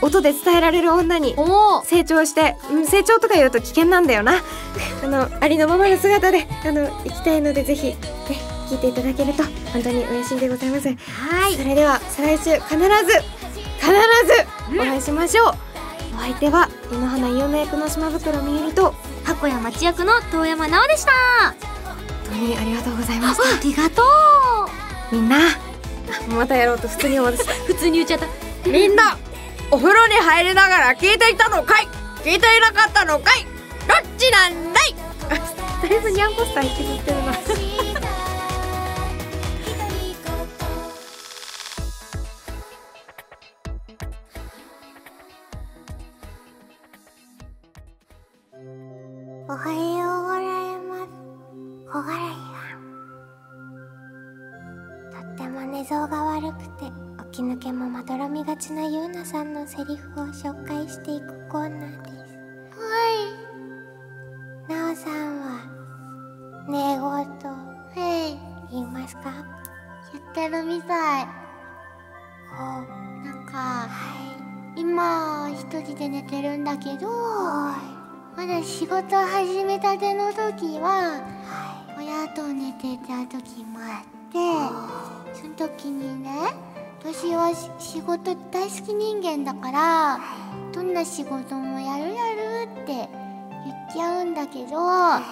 Speaker 1: 音で伝えられる女に
Speaker 4: おお
Speaker 1: 成長して、うん、成長とか言うと危険なんだよな [laughs] あのありのままの姿であの行きたいのでぜひね聞いていただけると本当に嬉しいでございますはいそれでは再来週必ず必ずお会いしましょう、お相手は井の花イオナ役の島袋みゆりと
Speaker 2: 箱や町役の遠山奈緒でした
Speaker 1: 本当にありがとうございま
Speaker 2: あ
Speaker 1: した
Speaker 2: りがとう
Speaker 1: みんなまたやろうと普通に思ってた
Speaker 4: 普通に言っちゃった
Speaker 3: みんなお風呂に入りながら聞いていたのかい聞いていなかったのかいどっちなんだい
Speaker 1: だいぶニャンコスター引きずってるな
Speaker 5: おはようございます。小柄いが。とっても寝相が悪くて、起き抜けもまどろみがちなゆうなさんのセリフを紹介していくコーナーです。はい。なおさんは、寝言、はい。言いますか
Speaker 6: 言ってるみたい
Speaker 5: お、は
Speaker 6: なんか
Speaker 5: い。
Speaker 6: 今一人で寝てるんだけど
Speaker 5: は。
Speaker 6: まだ仕事始めたての時はい
Speaker 5: は
Speaker 6: 親と寝てた時もあってその時にね私はし仕事大好き人間だからどんな仕事もやるやるって言っちゃうんだけどあ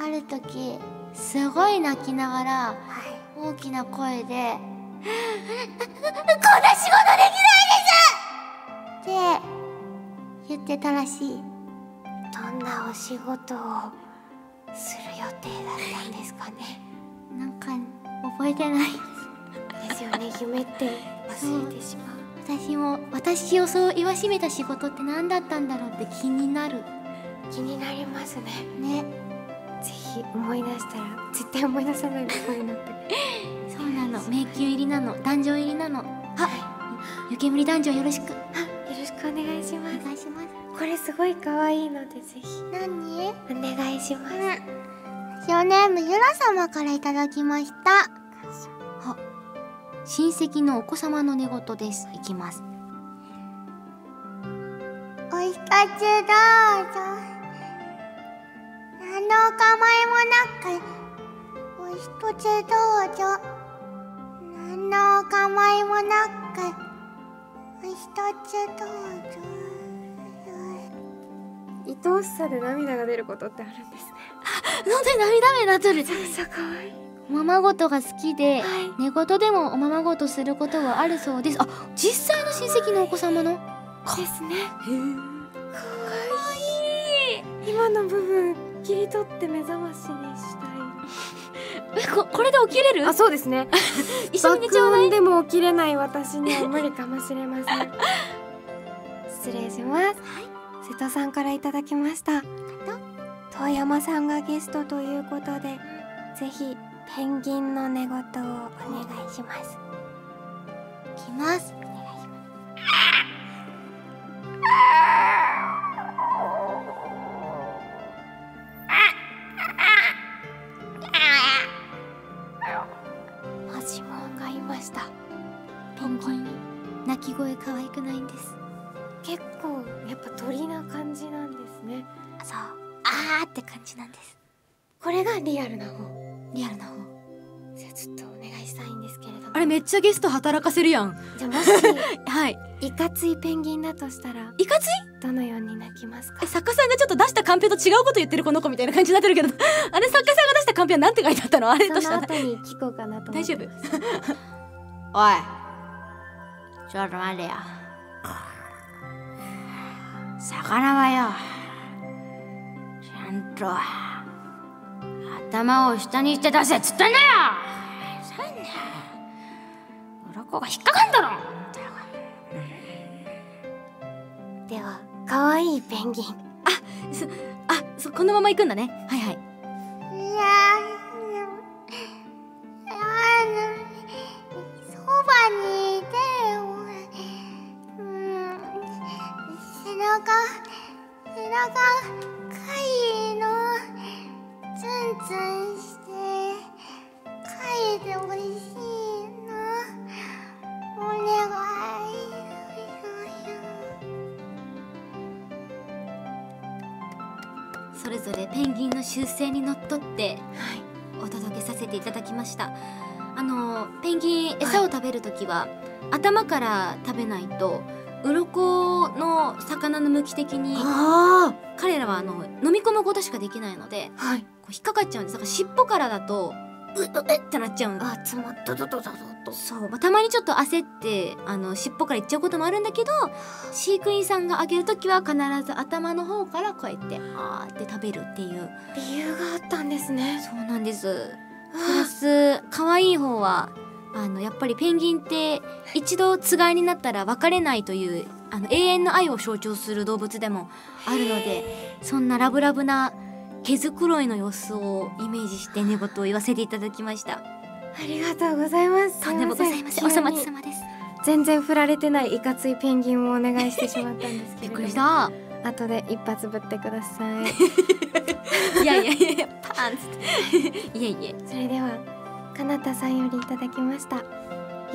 Speaker 6: る時すごい泣きなが
Speaker 5: い。
Speaker 6: ら大きな声で「こんな仕事できないです!」って言ってたらしい
Speaker 5: どんなお仕事をする予定だったんですかね。
Speaker 6: なんか覚えてない
Speaker 5: ですよね、夢って忘れてしまう。
Speaker 6: 私も私をそう言わしめた仕事って何だったんだろうって気になる
Speaker 5: 気になりますね。
Speaker 6: ね
Speaker 5: ぜひ思い出したら絶対思い出さないでこういうのって。
Speaker 6: そうなの迷宮入りなの壇上入りなのあ湯煙壇上よろしく
Speaker 5: よろしくお願いしま
Speaker 6: お
Speaker 5: す。
Speaker 6: 願いします
Speaker 5: これすごい可愛いのでぜひ
Speaker 6: 何
Speaker 5: お願いします。
Speaker 6: ラジオネームゆら様からいただきましたあ親戚のお子様の寝言ですいきますおひとつどうぞ何のお構いもなくおひとつどうぞ何のお構いもなくおひとつどうぞ
Speaker 1: 愛おしさで涙が出ることってあるんですね
Speaker 2: 本当に涙目になっとる
Speaker 1: そう可愛い
Speaker 6: おままごとが好きで、寝言でもおままごとすることがあるそうですあ実際の親戚のお子様の
Speaker 1: ですね可愛い今の部分切り取って目覚ましにした
Speaker 4: えここれで起きれる
Speaker 1: いあそうです [laughs] ね
Speaker 4: 一緒に寝ち
Speaker 1: 爆
Speaker 4: ゃわない
Speaker 1: 音でも起きれない私には無理かもしれません失礼します、瀬戸さんからいただきました遠山さんがゲストということでぜひペンギンの寝言をお願いします
Speaker 6: きます。
Speaker 5: マジモンがいました。
Speaker 6: ペンギン鳴き声可愛くないんです。
Speaker 1: 結構やっぱ鳥な感じなんですね
Speaker 6: そう、あーって感じなんです。
Speaker 1: これがリアルな方
Speaker 6: リアルな方。
Speaker 1: じゃあちょっとお願いしたいんですけれども
Speaker 4: あれめっちゃゲスト働かせるやん
Speaker 1: じゃあもし
Speaker 4: はい
Speaker 1: いかついペンギンだとしたら
Speaker 4: いかつい
Speaker 1: どのように鳴きます
Speaker 2: [laughs]
Speaker 1: か
Speaker 4: え作家さんがちょっと出したカンペと違うこと言ってるこの子みたいな感じになってるけど [laughs] あれ作家さんが出したカンペはなんて書いてあったのあれ
Speaker 1: そ
Speaker 4: とした
Speaker 1: の
Speaker 4: ら
Speaker 1: 後に聞こうかなと思
Speaker 4: 大
Speaker 1: って
Speaker 4: 丈夫
Speaker 3: おいちょっと待てよ魚はよちゃんと
Speaker 2: 頭を下にして出せっつったんだよそんな鱗が引っかかんだろ
Speaker 5: では可愛いペンギン
Speaker 4: あそこのまま行くんだねはいはい
Speaker 6: いやあのそばにいてよ、うん、背中背中かいのツンツンしてかいておいしいなお願いよ
Speaker 2: それぞれペンギンの習性にのっとってお届けさせていただきましたあのペンギン餌を食べる時は、頭から食べないと鱗の魚の向き的に
Speaker 1: あ
Speaker 2: 彼らはあの飲み込むことしかできないので、
Speaker 1: はい
Speaker 2: こう引っかかっちゃうんですだから尻尾からだとうっうっうっってなっちゃうんです
Speaker 5: あつまドドドドドド
Speaker 2: そう、まあ、たまにちょっと焦ってあの尻尾からいっちゃうこともあるんだけど飼育員さんがあげる時は必ず頭の方からこうやってあーって食べるっていう
Speaker 1: 理由があったんですね
Speaker 2: そうなんですプラス可愛い方はあのやっぱりペンギンって一度つがいになったら別れないというあの永遠の愛を象徴する動物でもあるのでそんなラブラブな毛づくろいの様子をイメージして寝言を言わせていただきました
Speaker 1: ありがとうございます
Speaker 2: とんでもございませんお
Speaker 1: 急
Speaker 2: さ
Speaker 1: に
Speaker 2: まちさまです
Speaker 1: 全然振られてないいかついペンギンをお願いしてしまったんですけれども
Speaker 2: びっくりした
Speaker 1: 後で一発ぶってください
Speaker 2: [laughs] いやいやいやパンっつっていえいえ
Speaker 1: それではかなたさんよりいただきました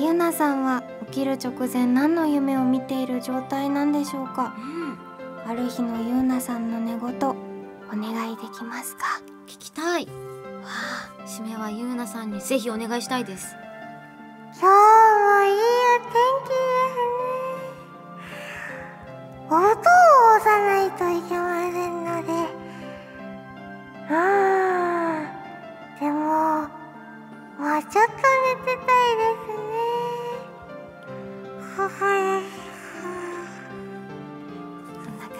Speaker 1: ゆうなさんは起きる直前何の夢を見ている状態なんでしょうか
Speaker 2: うん
Speaker 5: ある日のゆうなさんの寝言お願いできますか
Speaker 2: 聞きたい締めはゆうなさんにぜひお願いしたいです
Speaker 6: 今日もいいお天気ですね。音を押さないといけませんので。あー、でも、もうちょっと寝てたいですね。はは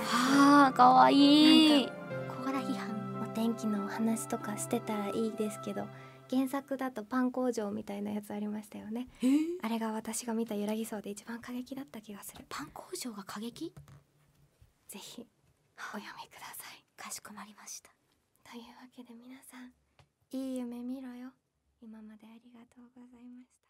Speaker 2: はあかわいい
Speaker 5: コーラ批判お天気のお話とかしてたらいいですけど
Speaker 1: 原作だとパン工場みたいなやつありましたよねあれが私が見た揺らぎそうで一番過激だった気がする
Speaker 2: パン工場が過激
Speaker 1: ぜひお読みください
Speaker 2: かしこまりました
Speaker 1: というわけで皆さんいい夢見ろよ今までありがとうございました